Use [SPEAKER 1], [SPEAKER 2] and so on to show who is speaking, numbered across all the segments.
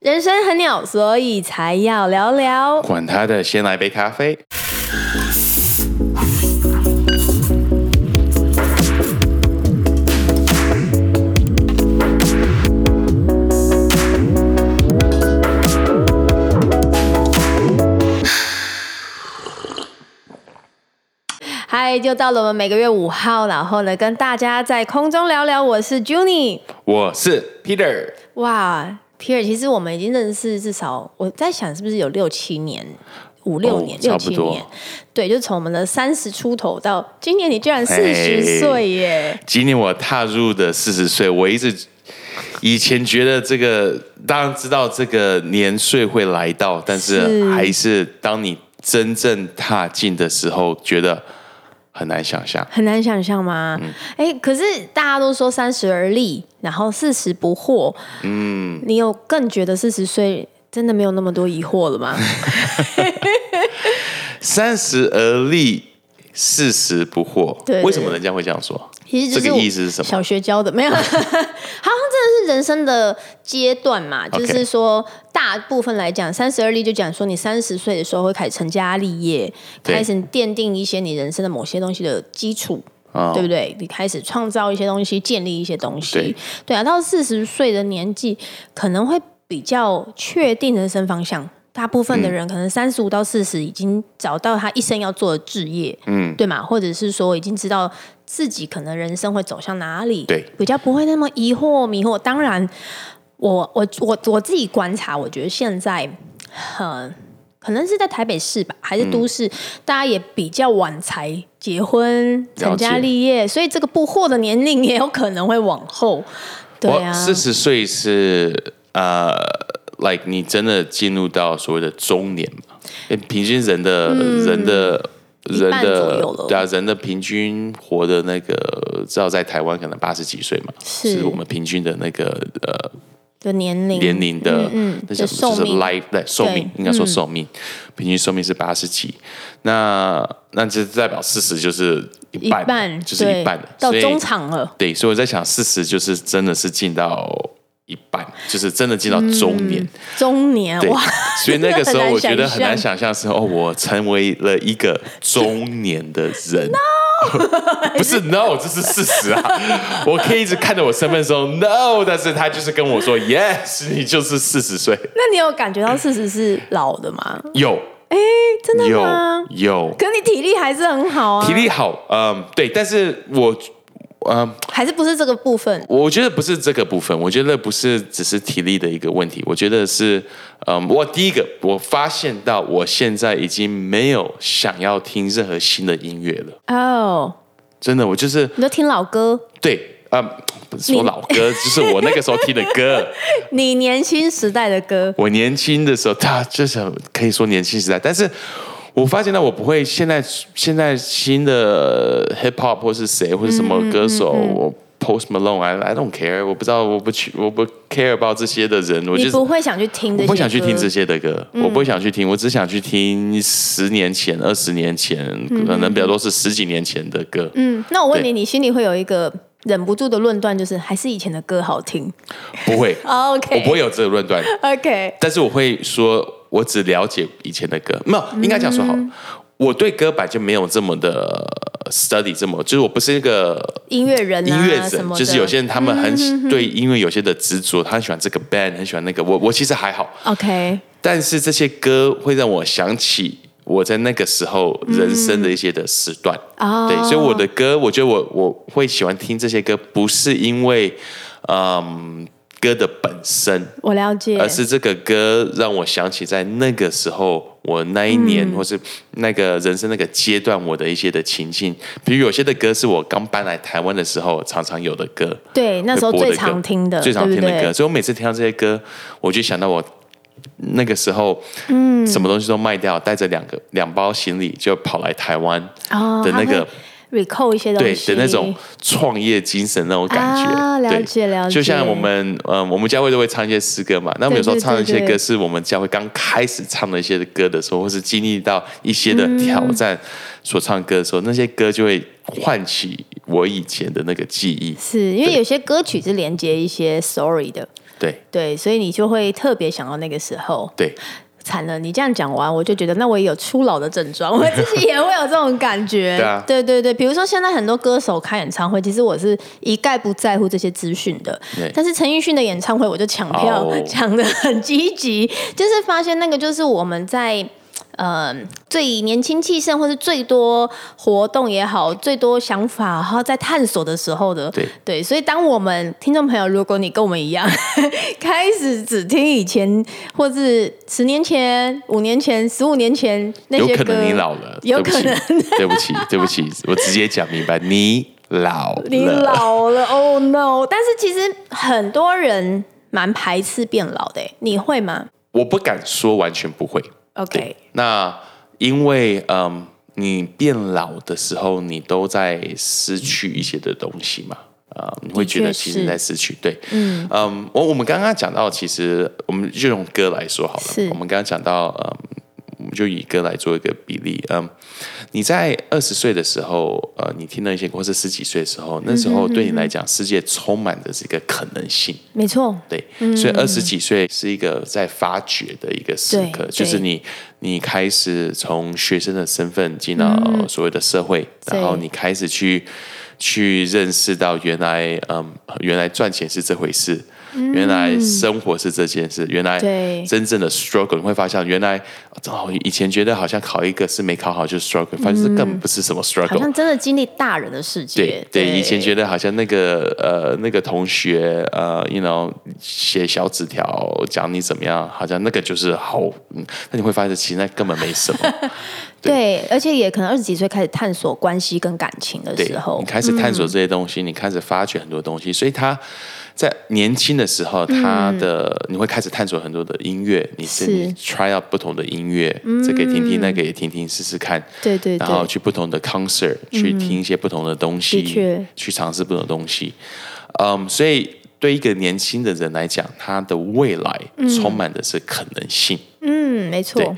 [SPEAKER 1] 人生很鸟，所以才要聊聊。
[SPEAKER 2] 管他的，先来杯咖啡。
[SPEAKER 1] 嗨，就到了我们每个月五号，然后呢，跟大家在空中聊聊。我是 Juni，
[SPEAKER 2] 我是 Peter，
[SPEAKER 1] 哇，Pierre，其实我们已经认识至少我在想是不是有六七年。五六年、
[SPEAKER 2] 哦
[SPEAKER 1] 六
[SPEAKER 2] 差不
[SPEAKER 1] 七
[SPEAKER 2] 多
[SPEAKER 1] 年，对，就从我们的三十出头到今年，你居然四十
[SPEAKER 2] 哎
[SPEAKER 1] 岁耶！
[SPEAKER 2] 今年我踏入的四十岁，我一直以前觉得这个，当然知道这个年岁会来到，但
[SPEAKER 1] 是
[SPEAKER 2] 是还是当你真正踏进的时候，觉得很难想象。
[SPEAKER 1] 很难想象吗？
[SPEAKER 2] 嗯
[SPEAKER 1] 哎、可是大家都说三十而立，然后四十不惑。嗯，你有更觉得四十岁真的没有那么多疑惑了吗？
[SPEAKER 2] 三十而立，四十不惑。
[SPEAKER 1] 对
[SPEAKER 2] 为什么人家会这样说？
[SPEAKER 1] 其实就是
[SPEAKER 2] 这个
[SPEAKER 1] 我
[SPEAKER 2] 意思是什么
[SPEAKER 1] 小学教的没有， 好像真的是人生的阶段嘛，就
[SPEAKER 2] OK
[SPEAKER 1] 是说大部分来讲，三十而立就讲说你三十岁的时候会开始成家立业，
[SPEAKER 2] 对
[SPEAKER 1] 开始奠定一些你人生的某些东西的基础。
[SPEAKER 2] 啊
[SPEAKER 1] 对不对？你开始创造一些东西，建立一些东西，
[SPEAKER 2] 对
[SPEAKER 1] 啊。到四十岁的年纪，可能会比较确定人生方向。大部分的
[SPEAKER 2] 嗯
[SPEAKER 1] 人可能三十五到四十已经找到他一生要做的置业，嗯，对嘛？或者是说已经知道自己可能人生会走向哪里，
[SPEAKER 2] 对
[SPEAKER 1] 比较不会那么疑惑迷惑。当然，我我我我自己观察，我觉得现在，呃，可能是在台北市吧，还是
[SPEAKER 2] 嗯
[SPEAKER 1] 都市，大家也比较晚才结婚、成家立业，所以这个不惑的年龄也有可能会往后。对
[SPEAKER 2] 我
[SPEAKER 1] 啊，
[SPEAKER 2] 四十岁是呃，like 你真的进入到所谓的中年嘛？因为平均人的、人的
[SPEAKER 1] 嗯一
[SPEAKER 2] 人
[SPEAKER 1] 半左右
[SPEAKER 2] 的
[SPEAKER 1] 了
[SPEAKER 2] 对啊，人的平均活的那个，至少在台湾可能八十几岁嘛，
[SPEAKER 1] 是
[SPEAKER 2] 我们平均的那个呃
[SPEAKER 1] 的年龄
[SPEAKER 2] 年龄的，
[SPEAKER 1] 嗯嗯
[SPEAKER 2] 那叫
[SPEAKER 1] 的
[SPEAKER 2] 什么？
[SPEAKER 1] 寿
[SPEAKER 2] 就是
[SPEAKER 1] 命嗯
[SPEAKER 2] life 对寿命，应该说寿命，平均寿命是八十几。那那这代表四十就是一
[SPEAKER 1] 一
[SPEAKER 2] 半嘛，
[SPEAKER 1] 半
[SPEAKER 2] 就是
[SPEAKER 1] 对
[SPEAKER 2] 一半了
[SPEAKER 1] 到
[SPEAKER 2] 所以
[SPEAKER 1] 中场了。
[SPEAKER 2] 对，所以我在想，四十就是真的是进到一半，就是真的进到中年。
[SPEAKER 1] 中年嗯
[SPEAKER 2] 对
[SPEAKER 1] 哇，，
[SPEAKER 2] 所以那个时候我觉得
[SPEAKER 1] 真的
[SPEAKER 2] 很
[SPEAKER 1] 很难
[SPEAKER 2] 难想象是哦，我成为了 一个中年的人。 不是 no，这是事实啊！ 我可以一直看着我身份证 no，但是他就是跟我说 yes，你就是四十岁。
[SPEAKER 1] 那你有感觉到四十是老的吗？
[SPEAKER 2] 有
[SPEAKER 1] 哎，真的
[SPEAKER 2] 有
[SPEAKER 1] 吗？
[SPEAKER 2] 有，
[SPEAKER 1] 可你体力还是很好啊，
[SPEAKER 2] 体力好，嗯，对，但是我
[SPEAKER 1] 还是不是这个部分？
[SPEAKER 2] 我觉得不是这个部分，我觉得不是只是体力的一个问题，我觉得是，嗯，我第一个我发现到我现在已经没有想要听任何新的音乐了，
[SPEAKER 1] 哦，
[SPEAKER 2] 真的，我就是
[SPEAKER 1] 你就听老歌，
[SPEAKER 2] 对，嗯，不是说老歌，就是我那个时候听的歌，
[SPEAKER 1] 你年轻时代的歌，
[SPEAKER 2] 我年轻的时候，他就是可以说年轻时代，但是。我发现到我不会现在现在新的 hip hop 或是谁或是什么歌手，我 Post Malone I I don't care，我不知道我不去我不 care about 这些的人，我
[SPEAKER 1] 你
[SPEAKER 2] 就是
[SPEAKER 1] 不会想去听这些歌，
[SPEAKER 2] 我
[SPEAKER 1] 嗯
[SPEAKER 2] 不想去听这些的歌，我不想去听，我只想去听十年前、二十年前，可能比较多是十几年前的歌。
[SPEAKER 1] 嗯，那我问你，
[SPEAKER 2] 对
[SPEAKER 1] 你心里会有一个忍不住的论断，就是还是以前的歌好听
[SPEAKER 2] 不 会，我不
[SPEAKER 1] ？OK，OK，、
[SPEAKER 2] 会有这个论断，但是我会说，我只了解以前的歌，没有，
[SPEAKER 1] 嗯
[SPEAKER 2] 应该讲说好了，我对歌版就没有这么的 study，这么就是我不是一个
[SPEAKER 1] 音乐人、啊、
[SPEAKER 2] 音乐
[SPEAKER 1] 什
[SPEAKER 2] 人，
[SPEAKER 1] 么的，嗯
[SPEAKER 2] 就是有些人他们很喜对音乐有些的执着，他很喜欢这个 band，很喜欢那个，我我其实还好，
[SPEAKER 1] OK，
[SPEAKER 2] 但是这些歌会让我想起我在那个时候人生的一些的时段。
[SPEAKER 1] 哦
[SPEAKER 2] 对，所以我的歌，我觉得我我会喜欢听这些歌，不是因为嗯歌的本身，
[SPEAKER 1] 我了解，
[SPEAKER 2] 而呃是这个歌让我想起在那个时候，我那一年、或是那个人生那个阶段我的一些的情境。比如有些的歌是我刚搬来台湾的时候常常有的歌，
[SPEAKER 1] 对那时候
[SPEAKER 2] 会播的
[SPEAKER 1] 最常
[SPEAKER 2] 歌
[SPEAKER 1] 听的，
[SPEAKER 2] 最常听的
[SPEAKER 1] 对
[SPEAKER 2] 歌，
[SPEAKER 1] 不对
[SPEAKER 2] 所以我每次听到这些歌，我就想到我那个时候，嗯，什么东西都卖掉，带着两个两包行李就跑来台湾
[SPEAKER 1] 哦
[SPEAKER 2] 的那个。
[SPEAKER 1] 他会 recall 一些东
[SPEAKER 2] 对
[SPEAKER 1] 西
[SPEAKER 2] 的那种创业精神那种感觉，
[SPEAKER 1] 啊了
[SPEAKER 2] 对
[SPEAKER 1] 解了解
[SPEAKER 2] 就像我们，嗯，我们教会都会唱一些诗歌嘛。那我们有时候
[SPEAKER 1] 对对
[SPEAKER 2] 唱一些
[SPEAKER 1] 对
[SPEAKER 2] 歌，是我们教会刚开始唱的一些歌的时候，或是经历到一些
[SPEAKER 1] 嗯
[SPEAKER 2] 的挑战所唱歌的时候，那些歌就会唤起我以前的那个记忆。
[SPEAKER 1] 是因为有些歌曲是连接一些 story 的，
[SPEAKER 2] 对
[SPEAKER 1] 对，所以你就会特别想要那个时候。
[SPEAKER 2] 对，
[SPEAKER 1] 惨了，你这样讲完，我就觉得那我也有初老的症状， 我自己也会有这种感觉。
[SPEAKER 2] 对啊
[SPEAKER 1] 对对对比如说现在很多歌手开演唱会，其实我是一概不在乎这些资讯的
[SPEAKER 2] 对。
[SPEAKER 1] 但是陈奕迅的演唱会，我就抢票
[SPEAKER 2] 哦
[SPEAKER 1] 抢的很积极，就是发现那个就是我们在。呃，最年轻气盛，或是最多活动也好，最多想法，然后在探索的时候的，
[SPEAKER 2] 对
[SPEAKER 1] 对，所以当我们听众朋友，如果你跟我们一样， 开始只听以前或是十年前、五年前、十五年前那
[SPEAKER 2] 有
[SPEAKER 1] 些
[SPEAKER 2] 可
[SPEAKER 1] 歌，
[SPEAKER 2] 能你老了，
[SPEAKER 1] 有
[SPEAKER 2] 对不起
[SPEAKER 1] 可能
[SPEAKER 2] 对不起，对不起，我直接讲明白，你老了，
[SPEAKER 1] 你老了，Oh no！但是其实很多人蛮排斥变老的，你会吗
[SPEAKER 2] 我不敢说完全不会。
[SPEAKER 1] ？OK，
[SPEAKER 2] 那因为嗯，你变老的时候，你都在失去一些的东西嘛。啊、你会觉得
[SPEAKER 1] 的确
[SPEAKER 2] 其
[SPEAKER 1] 是
[SPEAKER 2] 实在失去，对，嗯，嗯，我我们刚刚讲到，其实我们就用歌来说好了
[SPEAKER 1] 是，
[SPEAKER 2] 我们刚刚讲到，嗯，我们就以歌来做一个比例，嗯，你在二十岁的时候，呃，你听到一些歌，或是十几岁的时候，那时
[SPEAKER 1] 嗯
[SPEAKER 2] 候对你来讲，世界充满的这个可能性，
[SPEAKER 1] 没错，
[SPEAKER 2] 对，
[SPEAKER 1] 嗯
[SPEAKER 2] 所以二十几岁是一个在发掘的一个时刻
[SPEAKER 1] 对，
[SPEAKER 2] 就是
[SPEAKER 1] 对
[SPEAKER 2] 你你开始从学生的身份进到所谓的社会，
[SPEAKER 1] 嗯对
[SPEAKER 2] 然后你开始去去认识到原来嗯，原来赚钱是这回事。原来生活是这件事，原来
[SPEAKER 1] 嗯对
[SPEAKER 2] 真正的 struggle，你会发现，原来哦，以前觉得好像考一个是没考好就是 struggle，发现
[SPEAKER 1] 嗯
[SPEAKER 2] 这根本不是什么 struggle，
[SPEAKER 1] 好像真的经历大人的世界
[SPEAKER 2] 对。对，以前觉得好像那个呃那个同学呃，you know 写小纸条讲你怎么样，好像那个就是好，嗯，那你会发现其实那根本没什么。
[SPEAKER 1] 对，而且也可能二十几岁开始探索关系跟感情的
[SPEAKER 2] 对
[SPEAKER 1] 时候嗯
[SPEAKER 2] 你，开始探索这些东西，你开始发掘很多东西，所以他在年轻的时候，他的、你会开始探索很多的音乐，你是
[SPEAKER 1] 嗯是
[SPEAKER 2] 你 try out 不同的音乐，这个也听听，那个也听听，试试看。
[SPEAKER 1] 对对
[SPEAKER 2] 然后
[SPEAKER 1] 对，
[SPEAKER 2] 去不同的 concert，、去听一些不同的东
[SPEAKER 1] 嗯的
[SPEAKER 2] 西
[SPEAKER 1] 确，
[SPEAKER 2] 去尝试不同的东西。嗯，所以对一个年轻的人来讲，他的未来充满的是可能性。
[SPEAKER 1] 嗯，没错
[SPEAKER 2] 对，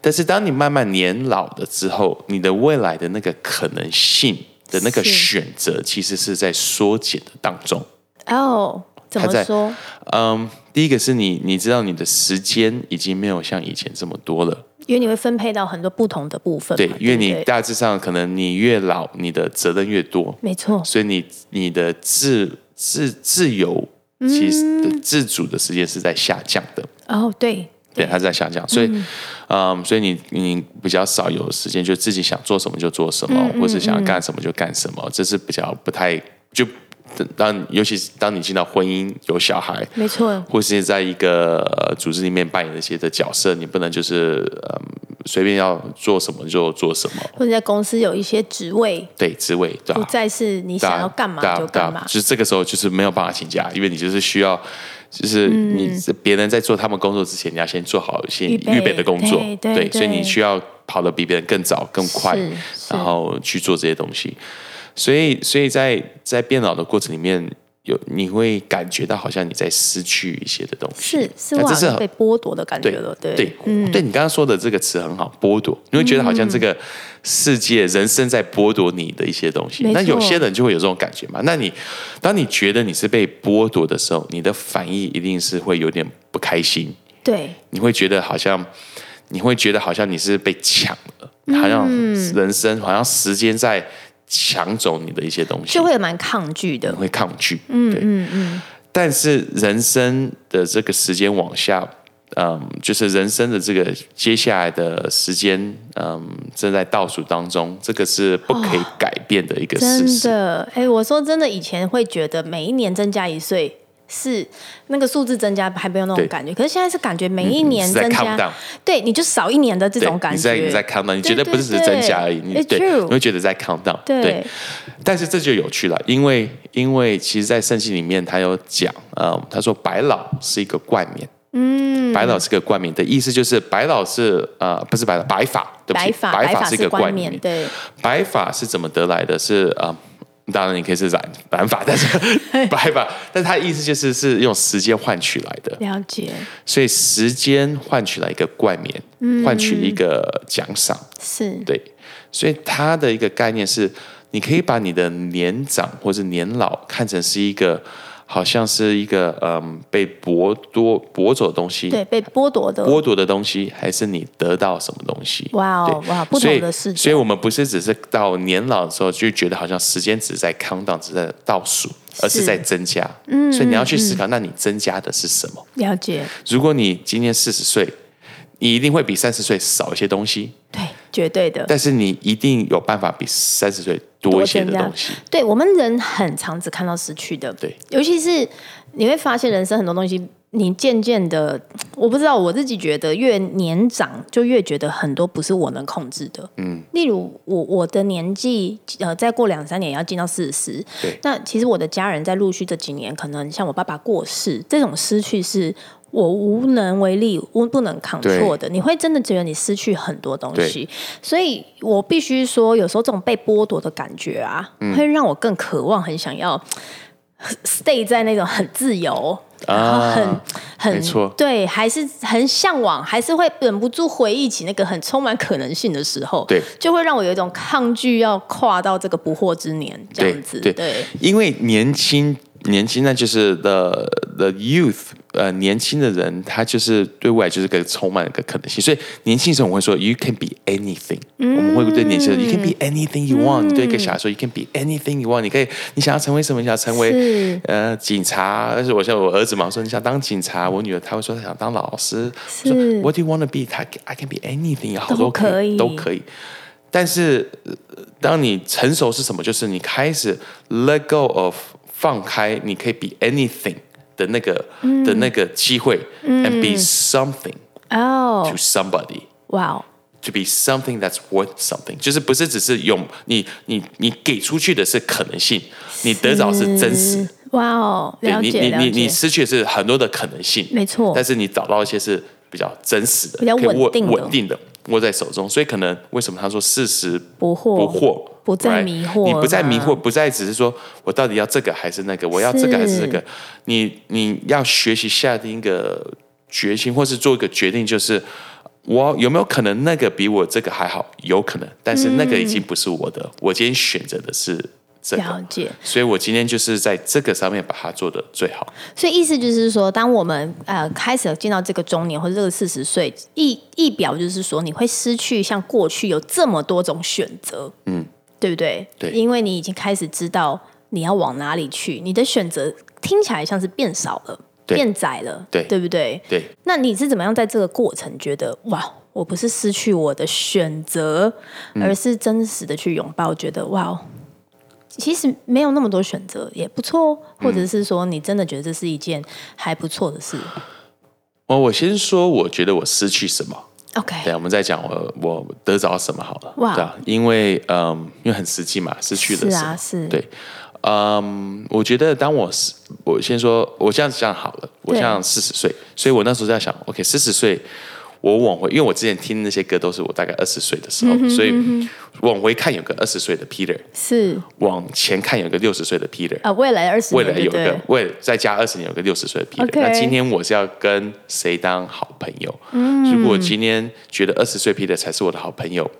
[SPEAKER 2] 但是当你慢慢年老了之后，你的未来的那个可能性的那个
[SPEAKER 1] 是
[SPEAKER 2] 选择，其实是在缩减的当中。
[SPEAKER 1] 哦，怎
[SPEAKER 2] 他在
[SPEAKER 1] 么说？
[SPEAKER 2] 嗯，第一个是你，你知道你的时间已经没有像以前这么多了。
[SPEAKER 1] 因为你会分配到很多不同的部分嘛，
[SPEAKER 2] 对，因为
[SPEAKER 1] 不
[SPEAKER 2] 你
[SPEAKER 1] 对
[SPEAKER 2] 大致上可能你越老，你的责任越多。
[SPEAKER 1] 没错，
[SPEAKER 2] 所以你你的自自自由，其实
[SPEAKER 1] 嗯
[SPEAKER 2] 的自主的时间是在下降的，
[SPEAKER 1] 哦，对，
[SPEAKER 2] 对，它是在下降。所以，嗯，所以你你比较少有时间，就自己想做什么就做什么，或是想要干什么就干什么，这是比较不太就当尤其是当你进到婚姻有小孩，
[SPEAKER 1] 没错，
[SPEAKER 2] 或是在一个、呃组织里面扮演一些的角色，你不能就是嗯随便要做什么就做什么，
[SPEAKER 1] 或者在公司有一些职位
[SPEAKER 2] 对，职位对啊吧、
[SPEAKER 1] 不再是你
[SPEAKER 2] 大
[SPEAKER 1] 想要干嘛
[SPEAKER 2] 大
[SPEAKER 1] 就
[SPEAKER 2] 大
[SPEAKER 1] 干嘛，
[SPEAKER 2] 就是这个时候就是没有办法请假，因为你就是需要，就是你别人在做他们工作之前，你要先做好先
[SPEAKER 1] 嗯预备
[SPEAKER 2] 预备的工作，
[SPEAKER 1] 对对对
[SPEAKER 2] 所以你需要跑得比别人更早更快
[SPEAKER 1] 是，是
[SPEAKER 2] 然后去做这些东西。所以，所以在在变老的过程里面，有你会感觉到好像你在失去一些的东西，
[SPEAKER 1] 是是
[SPEAKER 2] 那
[SPEAKER 1] 我
[SPEAKER 2] 哎这
[SPEAKER 1] 好
[SPEAKER 2] 是
[SPEAKER 1] 像
[SPEAKER 2] 很
[SPEAKER 1] 被剥夺的感觉嗯
[SPEAKER 2] 对
[SPEAKER 1] 了，
[SPEAKER 2] 对，对你刚刚说的这个词很好，剥夺，你会觉得好像这个世界、人生在剥夺你的一些东西
[SPEAKER 1] 没。
[SPEAKER 2] 那有
[SPEAKER 1] 错
[SPEAKER 2] 些人就会有这种感觉嘛？那你当你觉得你是被剥夺的时候，你的反应一定是会有点不开心，
[SPEAKER 1] 对，
[SPEAKER 2] 你会觉得好像，你会觉得好像你是被抢了，好像
[SPEAKER 1] 嗯
[SPEAKER 2] 人生好像时间在抢走你的一些东西
[SPEAKER 1] 就，会蛮抗拒的
[SPEAKER 2] 你，会抗拒。嗯嗯嗯。但是人生的这个时间往下，嗯，就是人生的这个接下来的时间，嗯，正在倒数当中，这个是不可以改变哦的一个事
[SPEAKER 1] 真
[SPEAKER 2] 实。
[SPEAKER 1] 的，哎，我说真的，以前会觉得每一年增加一岁。是那个数字增加还没有那
[SPEAKER 2] 对嗯
[SPEAKER 1] 种感觉，可是现在是感觉每一
[SPEAKER 2] 你
[SPEAKER 1] 年
[SPEAKER 2] 是在
[SPEAKER 1] 增
[SPEAKER 2] count
[SPEAKER 1] 加，
[SPEAKER 2] down，
[SPEAKER 1] 对，你就少一年的这
[SPEAKER 2] 对
[SPEAKER 1] 种，感
[SPEAKER 2] 你在
[SPEAKER 1] 觉。
[SPEAKER 2] 你在 count down，你觉得
[SPEAKER 1] 对
[SPEAKER 2] 不是只
[SPEAKER 1] 对
[SPEAKER 2] 增加而已，
[SPEAKER 1] 哎
[SPEAKER 2] 你对，
[SPEAKER 1] true
[SPEAKER 2] 你会觉得在 count down，
[SPEAKER 1] 对
[SPEAKER 2] 对。但是这就有趣了，因为因为其实，在圣经里面他有讲，嗯，他说白老是一个冠冕。嗯，白老是个冠冕的意思就是白老是呃不是白老白发，对不
[SPEAKER 1] 白
[SPEAKER 2] 起，
[SPEAKER 1] 发，
[SPEAKER 2] 白
[SPEAKER 1] 发
[SPEAKER 2] 是一个
[SPEAKER 1] 冠
[SPEAKER 2] 冠
[SPEAKER 1] 冕，
[SPEAKER 2] 冕。
[SPEAKER 1] 对，
[SPEAKER 2] 白发是怎么得来的？是呃，当然你可以是染染发， 但是白发，但它的意思就是是用时间换取来的，
[SPEAKER 1] 了解，
[SPEAKER 2] 所以时间换取来一个冠
[SPEAKER 1] 嗯
[SPEAKER 2] 冕，换取一个奖赏。
[SPEAKER 1] 是
[SPEAKER 2] 对，所以它的一个概念是，你可以把你的年长或是年老看成是一个好像是一个嗯被剥夺夺走的东西，
[SPEAKER 1] 对，被剥夺的，
[SPEAKER 2] 剥夺的东西，还是你得到什么东西？
[SPEAKER 1] 哇哦
[SPEAKER 2] 对
[SPEAKER 1] 哇，不
[SPEAKER 2] 所以
[SPEAKER 1] 同的视
[SPEAKER 2] 所以
[SPEAKER 1] 角，
[SPEAKER 2] 我们不是只是到年老的时候就觉得好像时间只是在 countdown，只是在倒数，而是
[SPEAKER 1] 是
[SPEAKER 2] 在增加。嗯，所以你要去思考，那你增加的是什么？
[SPEAKER 1] 了解，
[SPEAKER 2] 如果你今年四十岁，你一定会比三十岁少一些东西，
[SPEAKER 1] 对，绝对的。
[SPEAKER 2] 但是你一定有办法比三十岁多一些的东西。
[SPEAKER 1] 对我们人很常只看到失去的，
[SPEAKER 2] 对，
[SPEAKER 1] 尤其是你会发现人生很多东西，你渐渐的，我不知道我自己觉得越年长就越觉得很多不是我能控制的，嗯，例如我我的年纪，呃，再过两三年要进到四十
[SPEAKER 2] 对，
[SPEAKER 1] 那其实我的家人在陆续这几年，可能像我爸爸过世，这种失去是。我无能为力，无不能抗
[SPEAKER 2] 对
[SPEAKER 1] 挫的，你会真的觉得你失去很多东西。所以我必须说，有时候这种被剥夺的感觉啊，
[SPEAKER 2] 嗯
[SPEAKER 1] 会让我更渴望、很想要 stay 在那种很自由，然后很
[SPEAKER 2] 啊，没
[SPEAKER 1] 很
[SPEAKER 2] 错
[SPEAKER 1] 对，还是很向往，还是会忍不住回忆起那个很充满可能性的时候，
[SPEAKER 2] 对，
[SPEAKER 1] 就会让我有一种抗拒要跨到这个不惑之年这样子，
[SPEAKER 2] 对
[SPEAKER 1] 对
[SPEAKER 2] 因为年轻，年轻那就是 the the youth，呃，年轻的人他就是对未来就是个充满一个可能性，所以年轻的时候我们会说 you can be anything，、我
[SPEAKER 1] 嗯
[SPEAKER 2] 们会对年轻人 you can be anything you want，、你对一个小孩说 you can be anything you want，你可以你想要成为什么？你想要成为
[SPEAKER 1] 是
[SPEAKER 2] 呃警察，但是我像我儿子嘛，我说你想当警察，我女儿她会说她想当老师，我说
[SPEAKER 1] 是
[SPEAKER 2] what do you want to be？她 I can be anything，好
[SPEAKER 1] 都
[SPEAKER 2] 多
[SPEAKER 1] 可以
[SPEAKER 2] 都可以。但是，呃当你成熟是什么？就是你开始 let go of 放开，你可以 be anything 的那个、
[SPEAKER 1] 嗯
[SPEAKER 2] 的那个机会、a n d be something
[SPEAKER 1] 哦
[SPEAKER 2] to，somebody。
[SPEAKER 1] 哇哦，
[SPEAKER 2] To be something that's worth something，就是不是只是用你你你给出去的是可能性，你得到的是真实，
[SPEAKER 1] 哇哦，
[SPEAKER 2] 对
[SPEAKER 1] 了
[SPEAKER 2] 你
[SPEAKER 1] 解
[SPEAKER 2] 你
[SPEAKER 1] 了
[SPEAKER 2] 你你
[SPEAKER 1] 解，
[SPEAKER 2] 失去的是很多的可能性，
[SPEAKER 1] 没错
[SPEAKER 2] 但是你找到一些是比较真实的、
[SPEAKER 1] 比较
[SPEAKER 2] 可以
[SPEAKER 1] 稳
[SPEAKER 2] 握
[SPEAKER 1] 定的
[SPEAKER 2] 稳定的握在手中，所以可能为什么他说四十
[SPEAKER 1] 不惑
[SPEAKER 2] 不惑
[SPEAKER 1] 不再
[SPEAKER 2] right？
[SPEAKER 1] 迷惑
[SPEAKER 2] 你不再迷惑，
[SPEAKER 1] 了
[SPEAKER 2] 不再只是说我到底要这个还是那个，我要这个还是这个，你你要学习下定一个决心，或是做一个决定，就是。我有没有可能那个比我这个还好？有可能，但是那个已经不是我的。我今天选择的是这个，
[SPEAKER 1] 了解。
[SPEAKER 2] 所以我今天就是在这个上面把它做的最好。
[SPEAKER 1] 所以意思就是说，当我们呃开始进到这个中年或者这个四十岁，意意表就是说，你会失去像过去有这么多种选择，嗯，对不对？
[SPEAKER 2] 对
[SPEAKER 1] 因为你已经开始知道你要往哪里去，你的选择听起来像是变少了，
[SPEAKER 2] 对
[SPEAKER 1] 变窄了，
[SPEAKER 2] 对
[SPEAKER 1] 对不对？
[SPEAKER 2] 对，
[SPEAKER 1] 那你是怎么样在这个过程觉得哇，我不是失去我的选择，而是真实的去拥抱，觉得哇，其实没有那么多选择也不错哦，或者是说你真的觉得这是一件还不错的事。
[SPEAKER 2] 我哦我先说，我觉得我失去什么，对，啊
[SPEAKER 1] OK，
[SPEAKER 2] 我们再讲我我得着什么好了。
[SPEAKER 1] 哇
[SPEAKER 2] 对啊，因为嗯，因为很实际嘛，失去了
[SPEAKER 1] 是
[SPEAKER 2] 什
[SPEAKER 1] 啊，
[SPEAKER 2] 么？
[SPEAKER 1] 是，
[SPEAKER 2] 对嗯，我觉得当我是我先说，我这样讲好了，我
[SPEAKER 1] 对
[SPEAKER 2] 像四十岁，所以我那时候在想，OK，四十岁。我往回，因为我之前听那些歌都是我大概二十岁的时
[SPEAKER 1] 嗯
[SPEAKER 2] 候，所以往回看有个二十岁的 Peter，
[SPEAKER 1] 是
[SPEAKER 2] 往前看有个六十岁的 Peter，
[SPEAKER 1] 啊，未来二十
[SPEAKER 2] 未
[SPEAKER 1] 年，
[SPEAKER 2] 来有
[SPEAKER 1] 对
[SPEAKER 2] 个
[SPEAKER 1] 不
[SPEAKER 2] 未再加二十年有个六十岁的 Peter，、
[SPEAKER 1] OK
[SPEAKER 2] 那今天我是要跟谁当好朋友？
[SPEAKER 1] 嗯
[SPEAKER 2] 如果我今天觉得二十岁 Peter 才是我的好朋友，